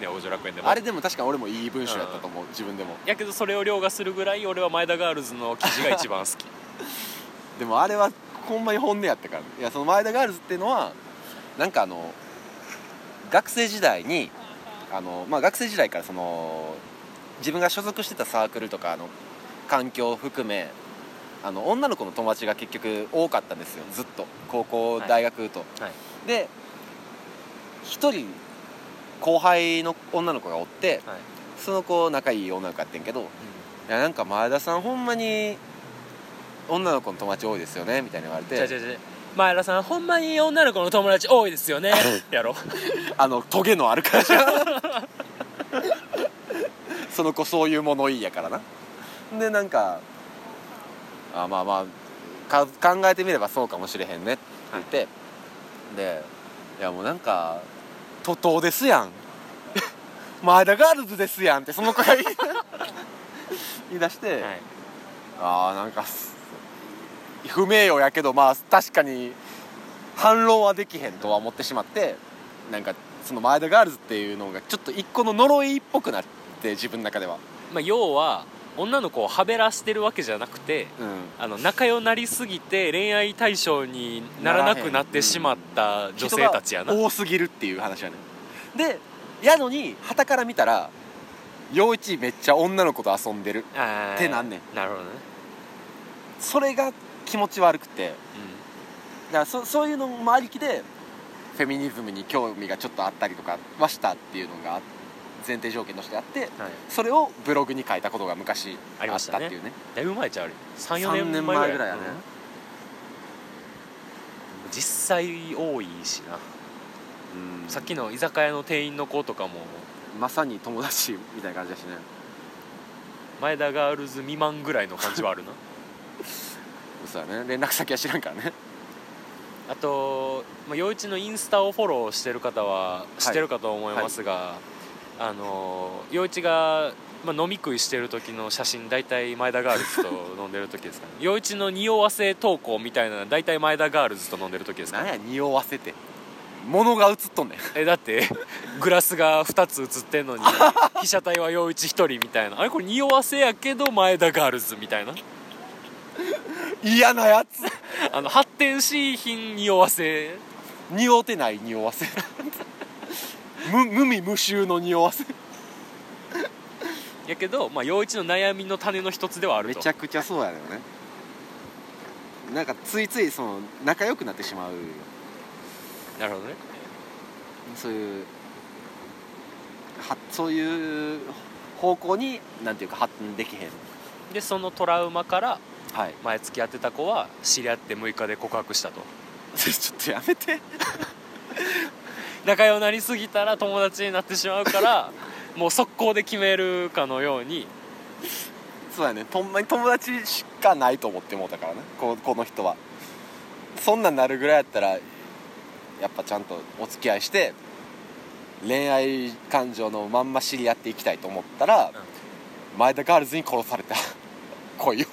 [SPEAKER 1] ね王女楽園でも
[SPEAKER 2] あれでも確か俺もいい文章やったと思う自分でも
[SPEAKER 1] やけどそれを凌駕するぐらい俺は前田ガールズの記事が一番好 き
[SPEAKER 2] でもあれはほんまに本音やったからねいやその前田ガールズっていうのはなんかあの学生時代にあの、まあ、学生時代からその自分が所属してたサークルとかあの環境を含めあの女の子の友達が結局多かったんですよずっと高校
[SPEAKER 1] はい
[SPEAKER 2] 大学と、
[SPEAKER 1] はい
[SPEAKER 2] で一人後輩の女の子がおって
[SPEAKER 1] はい、
[SPEAKER 2] その子仲いい女の子やってんけどいやなんか前田さんほんまに女の子の友達多いですよねみたいに言われ
[SPEAKER 1] じゃ
[SPEAKER 2] て
[SPEAKER 1] じゃじゃ前田さんほんまに女の子の友達多いですよねやろ
[SPEAKER 2] あのトゲのある感じ その子そういうものいいやからなでなんかあまあまあか考えてみればそうかもしれへんねって言って、でいやもうなんか徒党ですやん 前田ガールズですやんってその子が言い 言い出して、
[SPEAKER 1] はい
[SPEAKER 2] あーなんかす不名誉やけどまあ確かに反論はできへんとは思ってしまってなんかその前田ガールズっていうのがちょっと一個の呪いっぽくなって自分の中では
[SPEAKER 1] まあ、要は女の子をはべらしてるわけじゃなくて
[SPEAKER 2] うん
[SPEAKER 1] あの仲良なりすぎて恋愛対象にならなくなってしまった女性たちやな
[SPEAKER 2] 人が多すぎるっていう話やねでやのに旗から見たら陽一めっちゃ女の子と遊んでる
[SPEAKER 1] あー
[SPEAKER 2] ってなんねん
[SPEAKER 1] なるほどね、
[SPEAKER 2] それが気持ち悪くてだからそそういうのもありきでフェミニズムに興味がちょっとあったりとかはしたっていうのが前提条件としてあって
[SPEAKER 1] うんはい、
[SPEAKER 2] それをブログに書いたことが昔
[SPEAKER 1] あり
[SPEAKER 2] あ
[SPEAKER 1] ま
[SPEAKER 2] っ
[SPEAKER 1] したた
[SPEAKER 2] っ
[SPEAKER 1] ね
[SPEAKER 2] ていうね
[SPEAKER 1] だいぶ前ちゃうあれ34
[SPEAKER 2] 3
[SPEAKER 1] 年
[SPEAKER 2] 年
[SPEAKER 1] 前
[SPEAKER 2] 前
[SPEAKER 1] ぐ
[SPEAKER 2] ぐ
[SPEAKER 1] ら
[SPEAKER 2] ら
[SPEAKER 1] い
[SPEAKER 2] いやね
[SPEAKER 1] うん実際多いしな、
[SPEAKER 2] うん
[SPEAKER 1] さっきの居酒屋の店員の子とかも
[SPEAKER 2] まさに友達みたいな感じだしね
[SPEAKER 1] 前田ガールズ未満ぐらいの感じはあるな
[SPEAKER 2] そうだね連絡先は知らんから ね
[SPEAKER 1] あと、まあ、陽一のインスタをフォローしてる方は知ってるかと思いますが、あの陽一が、まあ、飲み食いしてる時の写真大体前田ガールズと飲んでる時です かね陽一の匂わせ投稿みたいなのは大体前田ガールズと飲んでる時ですか
[SPEAKER 2] なん
[SPEAKER 1] ね
[SPEAKER 2] や匂わせて物が映っとんねん
[SPEAKER 1] えだってグラスが2つ写ってん のに被写体は陽一1人みたいなあれこれ匂わせやけど前田ガールズみたいな
[SPEAKER 2] 嫌なやつ
[SPEAKER 1] あの発展し品匂わせ
[SPEAKER 2] 匂うてない匂わせ 無無味無臭の匂わせ
[SPEAKER 1] やけど、まあ、陽一の悩みの種の一つではある
[SPEAKER 2] め
[SPEAKER 1] と
[SPEAKER 2] ちゃくちゃそうやだよねなんかついついその仲良くなってしまう
[SPEAKER 1] なるほどね
[SPEAKER 2] そういうはそういう方向になんていうか発展できへん
[SPEAKER 1] でそのトラウマから
[SPEAKER 2] はい
[SPEAKER 1] 前付き合ってた子は知り合って6日で告白したと
[SPEAKER 2] ちょっとやめて
[SPEAKER 1] 仲良くなりすぎたら友達になってしまうから もう速攻で決めるかのように
[SPEAKER 2] そうやねほんまに友達しかないと思ってもうたからねここの人はそんなんなるぐらいやったらやっぱちゃんとお付き合いして恋愛感情のまんま知り合っていきたいと思ったら、前田ガールズに殺された 恋を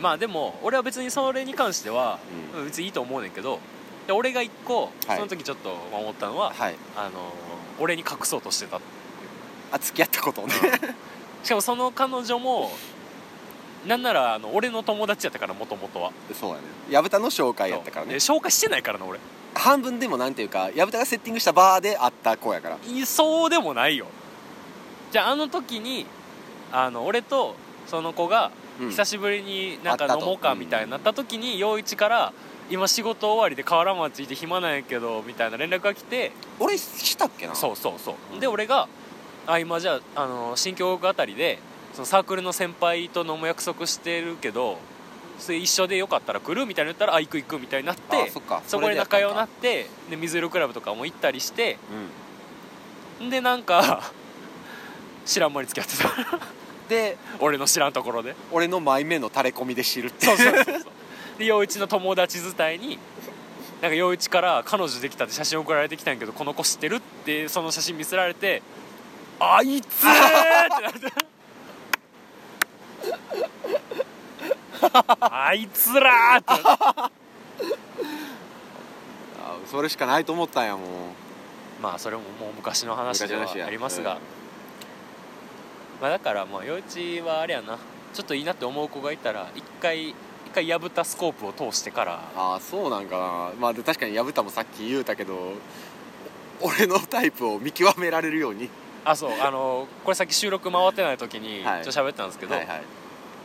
[SPEAKER 1] まあでも俺は別にそれに関しては別にいいと思うねんけどで俺が一個
[SPEAKER 2] はい
[SPEAKER 1] その時ちょっと思ったのは、
[SPEAKER 2] はい
[SPEAKER 1] あの俺に隠そうとしてた
[SPEAKER 2] あ付き合ったことをね
[SPEAKER 1] しかもその彼女もなんならあの俺の友達やったからもともとは
[SPEAKER 2] そうやね薮田の紹介やったから
[SPEAKER 1] で
[SPEAKER 2] ね
[SPEAKER 1] 紹介してないからな俺
[SPEAKER 2] 半分でもなんていうか薮田がセッティングしたバーで会った子やから
[SPEAKER 1] いそうでもないよじゃああの時にあの俺とその子が
[SPEAKER 2] うん
[SPEAKER 1] 久しぶりになんか
[SPEAKER 2] 会った
[SPEAKER 1] 飲
[SPEAKER 2] と
[SPEAKER 1] もうかみたいになった時に陽一から「今仕事終わりで河原町いて暇なんやけど」みたいな連絡が来て
[SPEAKER 2] 俺したっけな
[SPEAKER 1] そうそうそう、
[SPEAKER 2] うん
[SPEAKER 1] で俺が「あ今じゃああの新京極あたりでそのサークルの先輩と飲む約束してるけどそれ一緒でよかったら来る?」みたいな言ったら「あ行く行く」みたいになっ
[SPEAKER 2] あ
[SPEAKER 1] て
[SPEAKER 2] そっか
[SPEAKER 1] そこで仲良くな
[SPEAKER 2] う
[SPEAKER 1] っ、てで水色クラブとかも行ったりして
[SPEAKER 2] うん、
[SPEAKER 1] でなんか知らん間に付き合ってた
[SPEAKER 2] で
[SPEAKER 1] 俺の知らんところで
[SPEAKER 2] 俺の前目の垂れ込みで知るって
[SPEAKER 1] そうそうそうそうで陽一の友達伝いになんか陽一から「彼女できた」って写真送られてきたんやけどこの子知ってるってその写真見せられて「あいつ!」ってなって「あいつら!」ってなって
[SPEAKER 2] あそれしかないと思ったんやもう
[SPEAKER 1] まあそれももう昔の話では
[SPEAKER 2] 昔の話や
[SPEAKER 1] ありますが、
[SPEAKER 2] うん
[SPEAKER 1] まあ、だからまあ陽一はあれやなちょっといいなって思う子がいたら一回一回破ったスコープを通してから
[SPEAKER 2] ああそうなんかなまあで確かに薮田もさっき言うたけど俺のタイプを見極められるように
[SPEAKER 1] あそうあのこれさっき収録回ってない時にちょ
[SPEAKER 2] はい
[SPEAKER 1] っと喋ったんですけど、
[SPEAKER 2] はいはい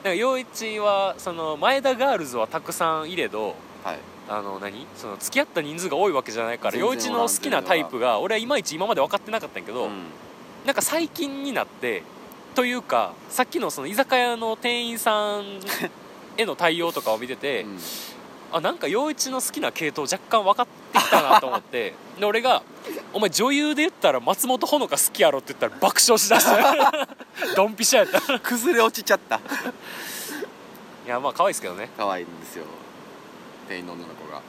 [SPEAKER 1] なんか陽一はその前田ガールズはたくさんいれど
[SPEAKER 2] はい
[SPEAKER 1] あの何その付き合った人数が多いわけじゃないから
[SPEAKER 2] 全然
[SPEAKER 1] 陽一の好きなタイプが俺はいまいち今まで分かってなかったんやけど、
[SPEAKER 2] うん
[SPEAKER 1] なんか最近になってというかさっきのその居酒屋の店員さんへの対応とかを見てて、
[SPEAKER 2] うん
[SPEAKER 1] あなんか陽一の好きな系統若干分かってきたなと思って で俺が「お前女優で言ったら松本穂香好きやろ」って言ったら爆笑しだした ドンピシャやったい
[SPEAKER 2] 崩れ落ちちゃった
[SPEAKER 1] やまあ可愛いですけどね
[SPEAKER 2] 可愛いんですよ店員の女の子が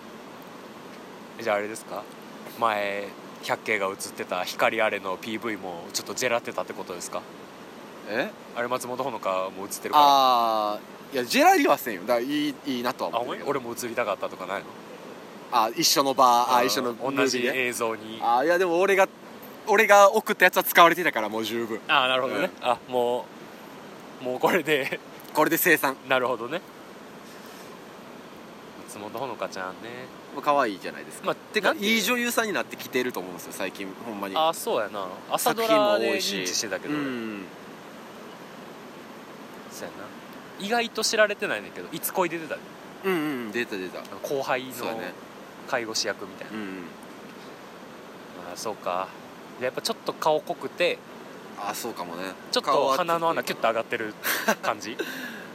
[SPEAKER 1] じゃああれですか前百景が映ってた光あれの PV もちょっとジェラってたってことですか
[SPEAKER 2] え
[SPEAKER 1] あれ松本穂香も映ってるからあ
[SPEAKER 2] ああいやジェラリーはせんよだからいいいいなとは
[SPEAKER 1] あ
[SPEAKER 2] 思
[SPEAKER 1] お
[SPEAKER 2] う
[SPEAKER 1] 前
[SPEAKER 2] けど
[SPEAKER 1] 俺も映りたかったとかないの
[SPEAKER 2] あ一緒のバーあ一緒のムービ
[SPEAKER 1] 同
[SPEAKER 2] ー
[SPEAKER 1] じ
[SPEAKER 2] ね
[SPEAKER 1] 映像にあ
[SPEAKER 2] あいやでも俺が俺が送ったやつは使われてたからもう十分
[SPEAKER 1] あなるほどね、あもうもうこれで
[SPEAKER 2] これで生産
[SPEAKER 1] なるほどね松本穂香ちゃんね
[SPEAKER 2] まあ可愛いじゃないですか
[SPEAKER 1] まあ
[SPEAKER 2] て
[SPEAKER 1] て
[SPEAKER 2] か
[SPEAKER 1] か
[SPEAKER 2] いい女優さんになってきてると思うんですよ最近ほんまに
[SPEAKER 1] あそうやな朝
[SPEAKER 2] 作
[SPEAKER 1] ド
[SPEAKER 2] 品も
[SPEAKER 1] ラ
[SPEAKER 2] 多
[SPEAKER 1] で
[SPEAKER 2] いし
[SPEAKER 1] 認知してたけど、
[SPEAKER 2] うん
[SPEAKER 1] そうやな意外と知られてないねんだけどいつ恋出てたで
[SPEAKER 2] うんうん出た出た
[SPEAKER 1] あの後輩の
[SPEAKER 2] そうやね
[SPEAKER 1] 介護士役みたいな
[SPEAKER 2] うんうん
[SPEAKER 1] あーそうかでやっぱちょっと顔濃くて
[SPEAKER 2] あそうかもね
[SPEAKER 1] ちょっ
[SPEAKER 2] 顔
[SPEAKER 1] と
[SPEAKER 2] は
[SPEAKER 1] 鼻の穴キュ
[SPEAKER 2] ちょ
[SPEAKER 1] ッ
[SPEAKER 2] っ
[SPEAKER 1] と上がってる感じ ち
[SPEAKER 2] と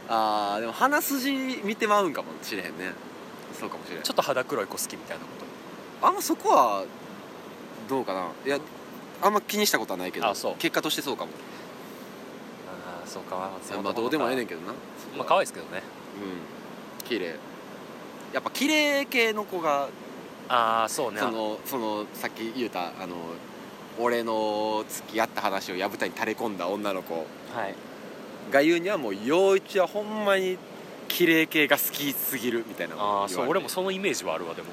[SPEAKER 2] あーでも鼻筋見てまうんかもしれへんねそうかもしれん
[SPEAKER 1] ょっと肌黒い子好きみたいなこと
[SPEAKER 2] あんまそこはどうかないやあんま気にしたことはないけど
[SPEAKER 1] あそう
[SPEAKER 2] 結果としてそうかも
[SPEAKER 1] ああそうか松本
[SPEAKER 2] まあどうでもええねん
[SPEAKER 1] か
[SPEAKER 2] けどな
[SPEAKER 1] まあ可愛いですけどね
[SPEAKER 2] うん綺麗やっぱ綺麗系の子が
[SPEAKER 1] ああそうね
[SPEAKER 2] そのそのさっき言うたあの俺の付き合った話を薮谷に垂れ込んだ女の子
[SPEAKER 1] はい
[SPEAKER 2] が言うにはもう陽一はほんまに綺麗系が好きすぎるみたいな
[SPEAKER 1] ああそう俺も
[SPEAKER 2] そ
[SPEAKER 1] そのイメージはあるわでも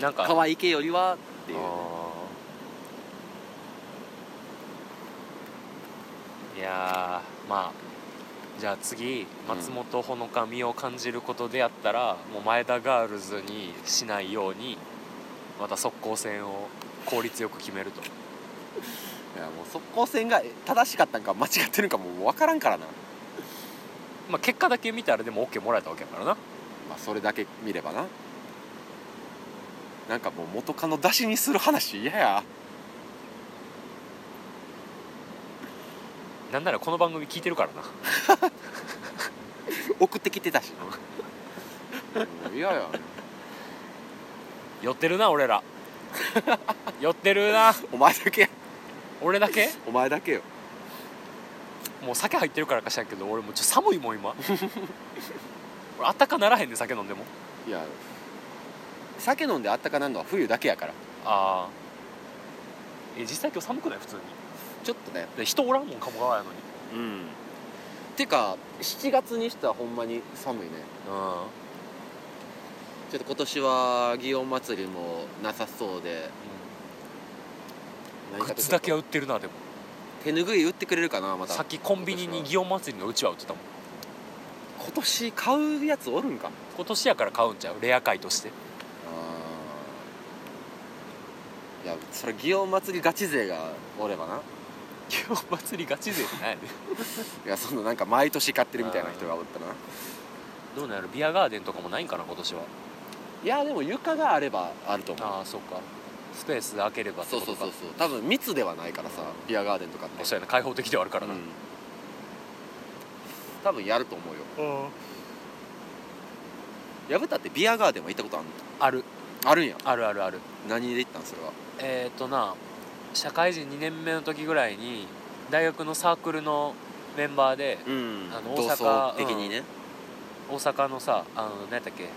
[SPEAKER 1] なんか
[SPEAKER 2] 可愛い系よりはっていう
[SPEAKER 1] あーいやーまあじゃあ次松本穂香身を感じることであったら、もう前田ガールズにしないようにまた速攻戦を効率よく決めると
[SPEAKER 2] いやもう速攻線が正しかったんか間違ってるんかもう分からんからな
[SPEAKER 1] まあ結果だけ見たらでも OK もらえたわけやからな
[SPEAKER 2] まあそれだけ見ればななんかもう元カノ出しにする話嫌や
[SPEAKER 1] なんならこの番組聞いてるからな
[SPEAKER 2] 送ってきて たしなもう嫌や
[SPEAKER 1] 寄ってるな俺ら寄ってるな
[SPEAKER 2] お前だけや
[SPEAKER 1] 俺だけ
[SPEAKER 2] お前だけよ
[SPEAKER 1] もう酒入ってるからかしらんけど俺もうちょっと寒いもん今 俺あったかならへんで酒飲んでも
[SPEAKER 2] いや酒飲んであったかなんのは冬だけやから
[SPEAKER 1] ああえ実際今日寒くない普通に
[SPEAKER 2] ちょっとね
[SPEAKER 1] で人おらんもん鴨川やのに
[SPEAKER 2] うんてか7月にしてはほんまに寒いね
[SPEAKER 1] う
[SPEAKER 2] ちょっと今年は祇園祭りもなさそうで
[SPEAKER 1] ん、グッズだけ
[SPEAKER 2] は
[SPEAKER 1] は売ってるなでも
[SPEAKER 2] 手拭い売ってくれるかなまた
[SPEAKER 1] さっきコンビニに祇園祭りのうちは売ってたもん
[SPEAKER 2] 今年買うやつおるんか
[SPEAKER 1] 今年やから買うんちゃうレア会として
[SPEAKER 2] いやそれ祇園祭りガチ勢がおればな
[SPEAKER 1] 祇園祭りガチ勢ってないね
[SPEAKER 2] いやそのなんか毎年買ってるみたいな人がおったな
[SPEAKER 1] どうなるビアガーデンとかもないんかな今年はい
[SPEAKER 2] やでも床があればあると思う
[SPEAKER 1] ああそうかスペース空ければって
[SPEAKER 2] そう
[SPEAKER 1] こと
[SPEAKER 2] そう
[SPEAKER 1] か
[SPEAKER 2] そうそう多分密ではないからさビアガーデンとかって
[SPEAKER 1] そうやな開放的ではあるから
[SPEAKER 2] う
[SPEAKER 1] な、
[SPEAKER 2] ん多分やると思うよ薮田ってビアガーデンは行ったことある
[SPEAKER 1] ある
[SPEAKER 2] あるんや
[SPEAKER 1] あるあるある
[SPEAKER 2] 何で行ったんそれは
[SPEAKER 1] えっ、ー、とな社会人2年目の時ぐらいに大学のサークルのメンバーで
[SPEAKER 2] うん
[SPEAKER 1] あの
[SPEAKER 2] 同
[SPEAKER 1] 大
[SPEAKER 2] 窓
[SPEAKER 1] 阪
[SPEAKER 2] 的にね、
[SPEAKER 1] 大阪のさあの何やったっけ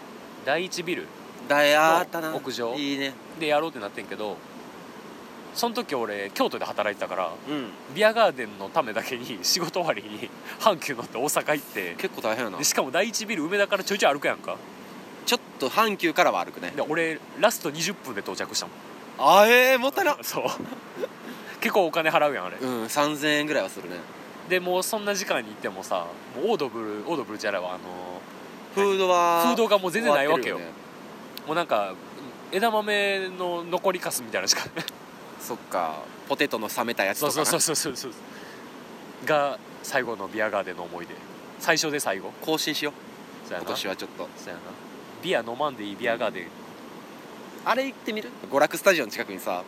[SPEAKER 1] 第一ビル
[SPEAKER 2] だいあったな
[SPEAKER 1] 屋上
[SPEAKER 2] いいね
[SPEAKER 1] でやろうってなってんけどその時俺京都で働いてたから
[SPEAKER 2] うん
[SPEAKER 1] ビアガーデンのためだけに仕事終わりに阪急乗って大阪行って
[SPEAKER 2] 結構大変やな
[SPEAKER 1] でしかも第一ビル梅田からちょいちょい歩くやんか
[SPEAKER 2] ちょっと阪急からは歩くね
[SPEAKER 1] で俺ラスト20分で到着したもん
[SPEAKER 2] あえー、もったいな
[SPEAKER 1] そう結構お金払うやんあれ
[SPEAKER 2] うん3000円ぐらいはするね
[SPEAKER 1] でもうそんな時間に行ってもさもうオードブルオードブルじゃないわあの
[SPEAKER 2] フードは
[SPEAKER 1] フードがもう全然ないわけよ
[SPEAKER 2] 終ってる
[SPEAKER 1] もうなんか枝豆の残りかすみたいなしか
[SPEAKER 2] ねそっかポテトの冷めたやつと
[SPEAKER 1] そう
[SPEAKER 2] か
[SPEAKER 1] そう
[SPEAKER 2] な
[SPEAKER 1] そうそうそうそうが最後のビアガーデンの思い出最初で最後
[SPEAKER 2] 更新しよう
[SPEAKER 1] そうや
[SPEAKER 2] 今
[SPEAKER 1] な
[SPEAKER 2] 年はちょっと
[SPEAKER 1] そうやなビア飲まんでいいビアガーデン、
[SPEAKER 2] あれ行ってみる娯楽スタジオの近くにさ、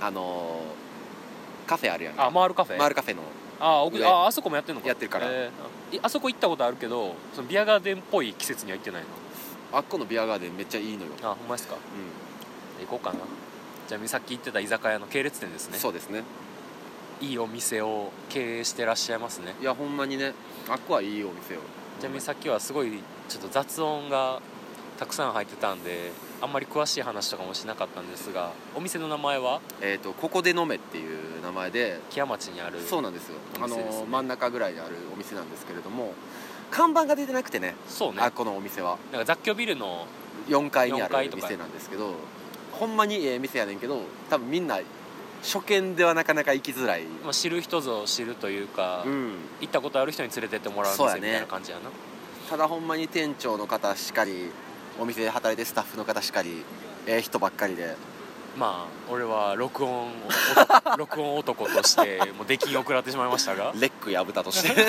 [SPEAKER 2] あのーカフェあるやん
[SPEAKER 1] あマールカフェ
[SPEAKER 2] マールカフェの
[SPEAKER 1] あ奥
[SPEAKER 2] 上
[SPEAKER 1] ああそこもやってんのか
[SPEAKER 2] やってるから
[SPEAKER 1] えーいあそこ行ったことあるけどそのビアガーデンっぽい季節には行ってない
[SPEAKER 2] あっこのビアガーデンめっちゃいいのよ、
[SPEAKER 1] のあほんまですか
[SPEAKER 2] う
[SPEAKER 1] 行こうかなじゃあさっき言ってた居酒屋の系列店です
[SPEAKER 2] ん
[SPEAKER 1] ね
[SPEAKER 2] そうですね
[SPEAKER 1] いいお店を経営してらっしゃいますね
[SPEAKER 2] いやほんまにねあっこはいいお店よ
[SPEAKER 1] ちなみにさっきはすごいちょっと雑音がたくさん入ってたんであんまり詳しい話とかもしなかったんですがお店の名前は
[SPEAKER 2] えっ、とここで飲めっていう名前で
[SPEAKER 1] 木屋町にある
[SPEAKER 2] そうなんですよ
[SPEAKER 1] お店ですね
[SPEAKER 2] あのー真ん中ぐらいにあるお店なんですけれども看板が出てなくてね
[SPEAKER 1] そうね
[SPEAKER 2] あっこのお店は
[SPEAKER 1] なんか雑居ビルの
[SPEAKER 2] 4階にあ
[SPEAKER 1] 4階
[SPEAKER 2] る
[SPEAKER 1] とか
[SPEAKER 2] 店なんですけどほんまにええ店やねんけど多分みんな初見ではなかなか行きづらい、
[SPEAKER 1] まあ知る人ぞ知るというか、
[SPEAKER 2] うん、
[SPEAKER 1] 行ったことある人に連れてってもらう
[SPEAKER 2] そうや
[SPEAKER 1] 店
[SPEAKER 2] ね
[SPEAKER 1] みたいな感じやな
[SPEAKER 2] ただほんまに店長の方しかりお店で働いてるスタッフの方しかりええ人ばっかりで
[SPEAKER 1] まあ俺は録音を 録音男としてもう出禁を食らってしまいましたが、
[SPEAKER 2] レックやぶたとして、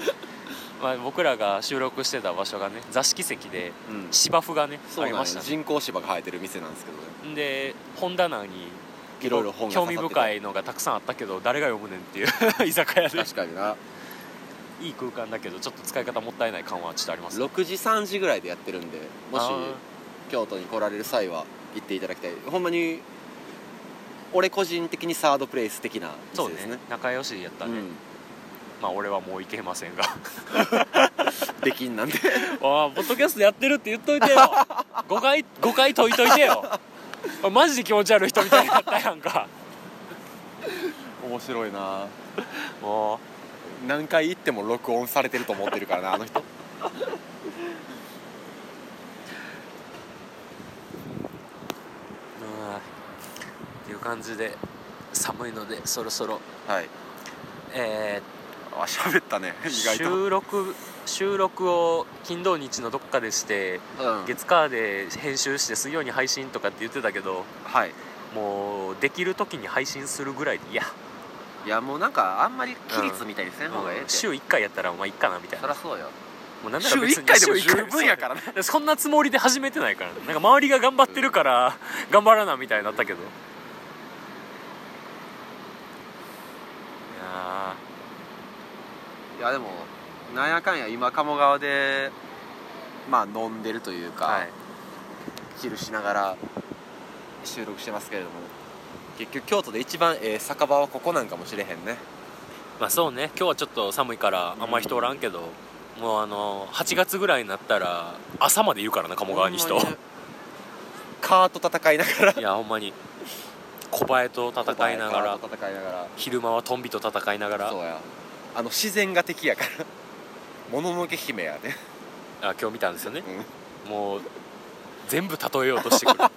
[SPEAKER 1] まあ、僕らが収録してた場所がね座敷席で
[SPEAKER 2] うん、
[SPEAKER 1] 芝生がね
[SPEAKER 2] そ
[SPEAKER 1] あ
[SPEAKER 2] う
[SPEAKER 1] り
[SPEAKER 2] なん
[SPEAKER 1] ま
[SPEAKER 2] で
[SPEAKER 1] し
[SPEAKER 2] す、
[SPEAKER 1] た
[SPEAKER 2] ね、
[SPEAKER 1] ね
[SPEAKER 2] 人工芝が生えてる店なんですけどね
[SPEAKER 1] で本棚に
[SPEAKER 2] いろいろ本が
[SPEAKER 1] 興
[SPEAKER 2] 刺さって
[SPEAKER 1] 味
[SPEAKER 2] て
[SPEAKER 1] 深いのがたくさんあったけど誰が読むねんっていう 居酒屋で
[SPEAKER 2] 確かに ない
[SPEAKER 1] い空間だけどちょっと使い方もったいない感はちょっとありますね
[SPEAKER 2] 6時3時ぐらいでやってるんでもし
[SPEAKER 1] あ
[SPEAKER 2] 京都に来られる際は行っていただきたいほんまに俺個人的にサードプレイス的な
[SPEAKER 1] ーそう
[SPEAKER 2] 店
[SPEAKER 1] ね
[SPEAKER 2] ですね
[SPEAKER 1] 仲良しやった
[SPEAKER 2] う
[SPEAKER 1] ね、
[SPEAKER 2] ん、
[SPEAKER 1] まあ俺はもう行けません が
[SPEAKER 2] できんなんで
[SPEAKER 1] ああポッドキャストやってるって言っといてよ 誤解誤解解いといてよ マジで気持ち悪い人みたいになったやんか
[SPEAKER 2] 面白いな
[SPEAKER 1] も
[SPEAKER 2] 何回行っても録音されてると思ってるからなあの人
[SPEAKER 1] ううんっていう感じで寒いのでそろそろ
[SPEAKER 2] はい
[SPEAKER 1] え
[SPEAKER 2] あ喋ったね
[SPEAKER 1] ー
[SPEAKER 2] 意外と、
[SPEAKER 1] 収録収録を金土日のどっかでして
[SPEAKER 2] うん、
[SPEAKER 1] 月火で編集して水曜に配信とかって言ってたけど
[SPEAKER 2] はい
[SPEAKER 1] もうできる時に配信するぐらいでいや、
[SPEAKER 2] いやもうなんかあんまり規律みたいにせん方がええって、
[SPEAKER 1] 週1回やったらまあいっかなみたい
[SPEAKER 2] そ
[SPEAKER 1] な
[SPEAKER 2] りゃ
[SPEAKER 1] も
[SPEAKER 2] そうよ
[SPEAKER 1] うなんな
[SPEAKER 2] 週
[SPEAKER 1] ら別に
[SPEAKER 2] 1回でも
[SPEAKER 1] 週一
[SPEAKER 2] 十分やからね
[SPEAKER 1] そうだ そんなつもりで始めてないからねなんか周りが頑張ってるから頑張らなみたいになったけどいや
[SPEAKER 2] いやでもなんやかんや今鴨川でまあ飲んでるという
[SPEAKER 1] ー
[SPEAKER 2] か、
[SPEAKER 1] はい
[SPEAKER 2] チルしながら収録してますけれども結局京都で一番ええ酒場はここなんかもしれへんね
[SPEAKER 1] まあそうね今日はちょっと寒いからあんまり人おらんけど、もうあの8月ぐらいになったら朝までいるからな鴨川に人
[SPEAKER 2] ほんまねカート戦いながら
[SPEAKER 1] いやほんまに小バエと戦いながら
[SPEAKER 2] カート戦いなが
[SPEAKER 1] 昼間はトンビと戦いなが
[SPEAKER 2] ら
[SPEAKER 1] ら
[SPEAKER 2] そうやあの自然が敵やから もののけ姫やで、
[SPEAKER 1] あ今日見たんですよね
[SPEAKER 2] うん
[SPEAKER 1] もう全部例えようとしてくる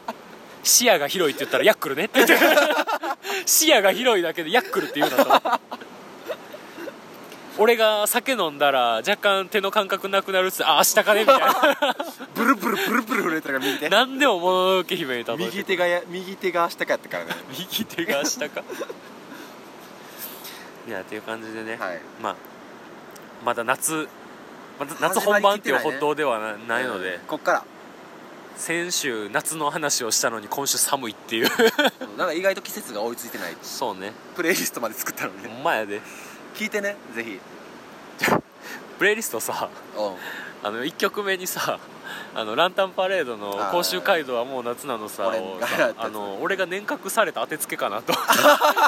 [SPEAKER 1] 視野が広いって言ったらヤックルねって言って くる視野が広いだけでヤックルって言うなと俺が酒飲んだら若干手の感覚なくなるっつってあ明日かねみたい な
[SPEAKER 2] ブルブルブルブル震えてるから右手
[SPEAKER 1] 何でももののけ姫に例えてくる
[SPEAKER 2] 右手がや右手が明日かやったからね
[SPEAKER 1] 右手が明日かいやっていう感じでね、
[SPEAKER 2] はい
[SPEAKER 1] まあまだ夏まだ夏
[SPEAKER 2] 始ま
[SPEAKER 1] 本
[SPEAKER 2] り
[SPEAKER 1] 番っていう
[SPEAKER 2] きてない
[SPEAKER 1] 本
[SPEAKER 2] ね
[SPEAKER 1] 当ではなないので、
[SPEAKER 2] うんこっから
[SPEAKER 1] 先週夏の話をしたのに今週寒いって いう
[SPEAKER 2] うんなんか意外と季節が追いついてない
[SPEAKER 1] そうね
[SPEAKER 2] プレイリストまで作ったのに
[SPEAKER 1] ほんまやで
[SPEAKER 2] 聞いてねぜひ
[SPEAKER 1] プレイリストさあの1曲目にさあのランタンパレードの
[SPEAKER 2] あ
[SPEAKER 1] 「
[SPEAKER 2] ー
[SPEAKER 1] 甲州街道はもう夏なのさ」
[SPEAKER 2] 俺
[SPEAKER 1] を
[SPEAKER 2] が
[SPEAKER 1] さ
[SPEAKER 2] やったやつ
[SPEAKER 1] あの俺が年賀された当てつけかなと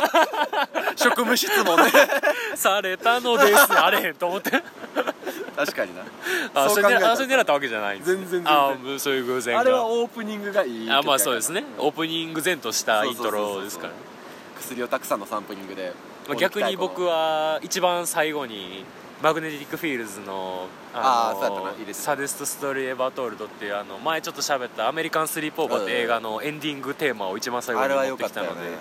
[SPEAKER 2] 職務質問ね
[SPEAKER 1] されたの ですあれへんと思って
[SPEAKER 2] 確かにな
[SPEAKER 1] あ
[SPEAKER 2] そ
[SPEAKER 1] そうれ狙
[SPEAKER 2] 考えたら
[SPEAKER 1] あそれ狙ったわけじゃないんですね
[SPEAKER 2] 全然全然
[SPEAKER 1] あーそういう偶然が
[SPEAKER 2] あれはオープニングがいい
[SPEAKER 1] あまあそうですね
[SPEAKER 2] 曲
[SPEAKER 1] オ
[SPEAKER 2] やから
[SPEAKER 1] ープニング前としたイントロですからね
[SPEAKER 2] 薬をたくさんのサンプリングで
[SPEAKER 1] まあ逆に僕は一番最後にマグネティックフィールズの
[SPEAKER 2] あーそうやったな入れてた
[SPEAKER 1] サディスト・ストーリー・エバートールド」っていうあの前ちょっと喋った「アメリカン・スリープ・オーバー」って映画のエンディングテーマを一番最後
[SPEAKER 2] あ
[SPEAKER 1] に
[SPEAKER 2] れは
[SPEAKER 1] 持
[SPEAKER 2] 良
[SPEAKER 1] って
[SPEAKER 2] かっ
[SPEAKER 1] き
[SPEAKER 2] た
[SPEAKER 1] た
[SPEAKER 2] よ
[SPEAKER 1] の
[SPEAKER 2] ね
[SPEAKER 1] で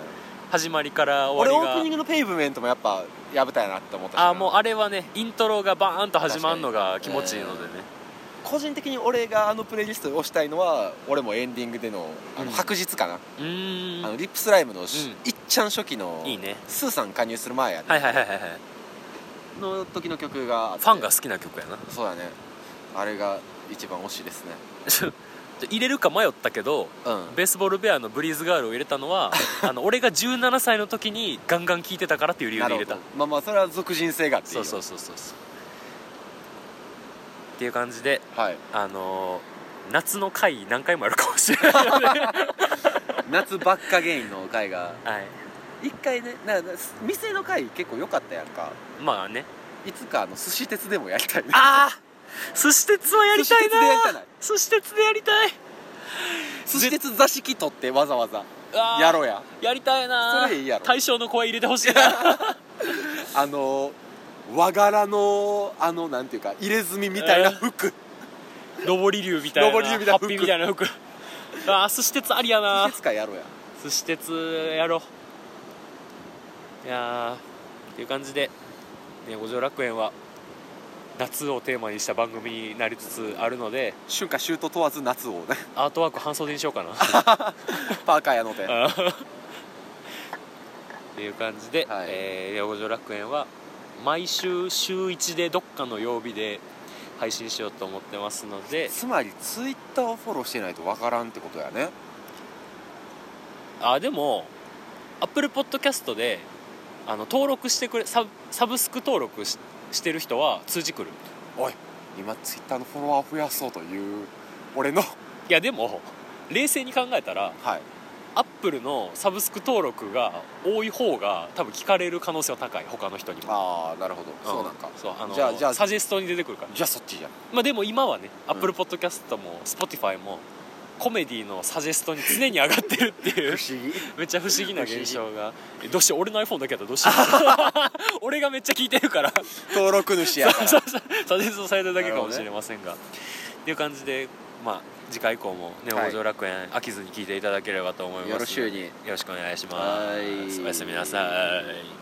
[SPEAKER 1] 始まから
[SPEAKER 2] 俺
[SPEAKER 1] 終
[SPEAKER 2] オ
[SPEAKER 1] わ
[SPEAKER 2] ープニ
[SPEAKER 1] り
[SPEAKER 2] ン
[SPEAKER 1] が
[SPEAKER 2] グのペイブメントもやっぱやぶたやなって思ったしな
[SPEAKER 1] あーもうあれはねイントロがバーンと始まるのが気持ちいいのでね
[SPEAKER 2] 個人的に俺があのプレイリストをしたいのは俺もエンディングでのあ
[SPEAKER 1] うん
[SPEAKER 2] の白日かな、
[SPEAKER 1] うー
[SPEAKER 2] あの
[SPEAKER 1] ん
[SPEAKER 2] リップスライムの
[SPEAKER 1] う
[SPEAKER 2] し、
[SPEAKER 1] ん
[SPEAKER 2] いっちゃん初期の
[SPEAKER 1] いいね
[SPEAKER 2] スーさん加入する前やね
[SPEAKER 1] はいはいはいはいはい
[SPEAKER 2] の時の曲があっ
[SPEAKER 1] フ
[SPEAKER 2] て
[SPEAKER 1] ァンが好きな曲やな
[SPEAKER 2] そうだねあれが一番推しですね
[SPEAKER 1] ちょ入れるか迷ったけど
[SPEAKER 2] うん
[SPEAKER 1] ベースボールベアのブリーズガールを入れたの はあの俺が17歳の時にガンガン聴いてたからっていう理由で入れた
[SPEAKER 2] なるほどまあまあそれは俗人性があっていい
[SPEAKER 1] そう
[SPEAKER 2] よ
[SPEAKER 1] そうそうそうそうっていう感じで
[SPEAKER 2] はい
[SPEAKER 1] あのー夏の回何回もやるかもし れないので、
[SPEAKER 2] 夏ばっかゲインの回が
[SPEAKER 1] はい、
[SPEAKER 2] 一回ねなんか店の回結構良かったやんか
[SPEAKER 1] まあね
[SPEAKER 2] いつかあの寿司鉄でもやりたいね
[SPEAKER 1] ああ寿司鉄はやりたいな
[SPEAKER 2] 寿
[SPEAKER 1] 寿司鉄でやりたい
[SPEAKER 2] 寿司鉄座敷取ってわざわざ
[SPEAKER 1] あー
[SPEAKER 2] やろうや
[SPEAKER 1] やりたいな
[SPEAKER 2] それいいやろ
[SPEAKER 1] 大将の声入れてほしい な
[SPEAKER 2] あの和柄のあのなんていうか入れ墨みたいな服、
[SPEAKER 1] 上り竜みたいな
[SPEAKER 2] 上り竜みたいな服
[SPEAKER 1] ハッピーみたいな服あー寿司鉄ありやな
[SPEAKER 2] 寿司鉄かやろうや
[SPEAKER 1] 寿司鉄やろういやーっていう感じで、ね、五条楽園は夏をテーマにした番組になりつつあるので
[SPEAKER 2] 春夏秋冬問わず夏を ね
[SPEAKER 1] アートワーク半袖にしようかな
[SPEAKER 2] パーカーやのて
[SPEAKER 1] っていう感じで、
[SPEAKER 2] はい
[SPEAKER 1] えー、レオ五条楽園は毎週週1でどっかの曜日で配信しようと思ってますので
[SPEAKER 2] つまりツイッターをフォローしてないとわからんってことやね
[SPEAKER 1] あでもアップルポッドキャストであの登録してくれサブサブスク登録ししてる人は通知くる
[SPEAKER 2] 今ツイッターのフォロワーを増やそうという俺の
[SPEAKER 1] いやでも冷静に考えたら
[SPEAKER 2] はい
[SPEAKER 1] アップルのサブスク登録が多い方が多分聞かれる可能性は高い他の人にも
[SPEAKER 2] ああなるほど、そうなんか
[SPEAKER 1] そうあの
[SPEAKER 2] じゃあじゃあ
[SPEAKER 1] サジェストに出てくるから
[SPEAKER 2] じゃあそっちじゃん
[SPEAKER 1] まあでも今はねアップ
[SPEAKER 2] う
[SPEAKER 1] ルポッドキャストも Spotify もコメディのサジェストに常に上がってるっていう
[SPEAKER 2] 不思議
[SPEAKER 1] めっちゃ不思議な現象がえどうして俺の iPhone だけやったらどうしよ う俺がめっちゃ聞いてるから
[SPEAKER 2] 登録主や から
[SPEAKER 1] サジェストされただけかもしれませんが、っていう感じでまあ次回以降も「ネオ五条楽園」飽きずに聞いていただければと思います
[SPEAKER 2] よろしゅうに
[SPEAKER 1] よろしくお願いします
[SPEAKER 2] はい
[SPEAKER 1] おやすみなさい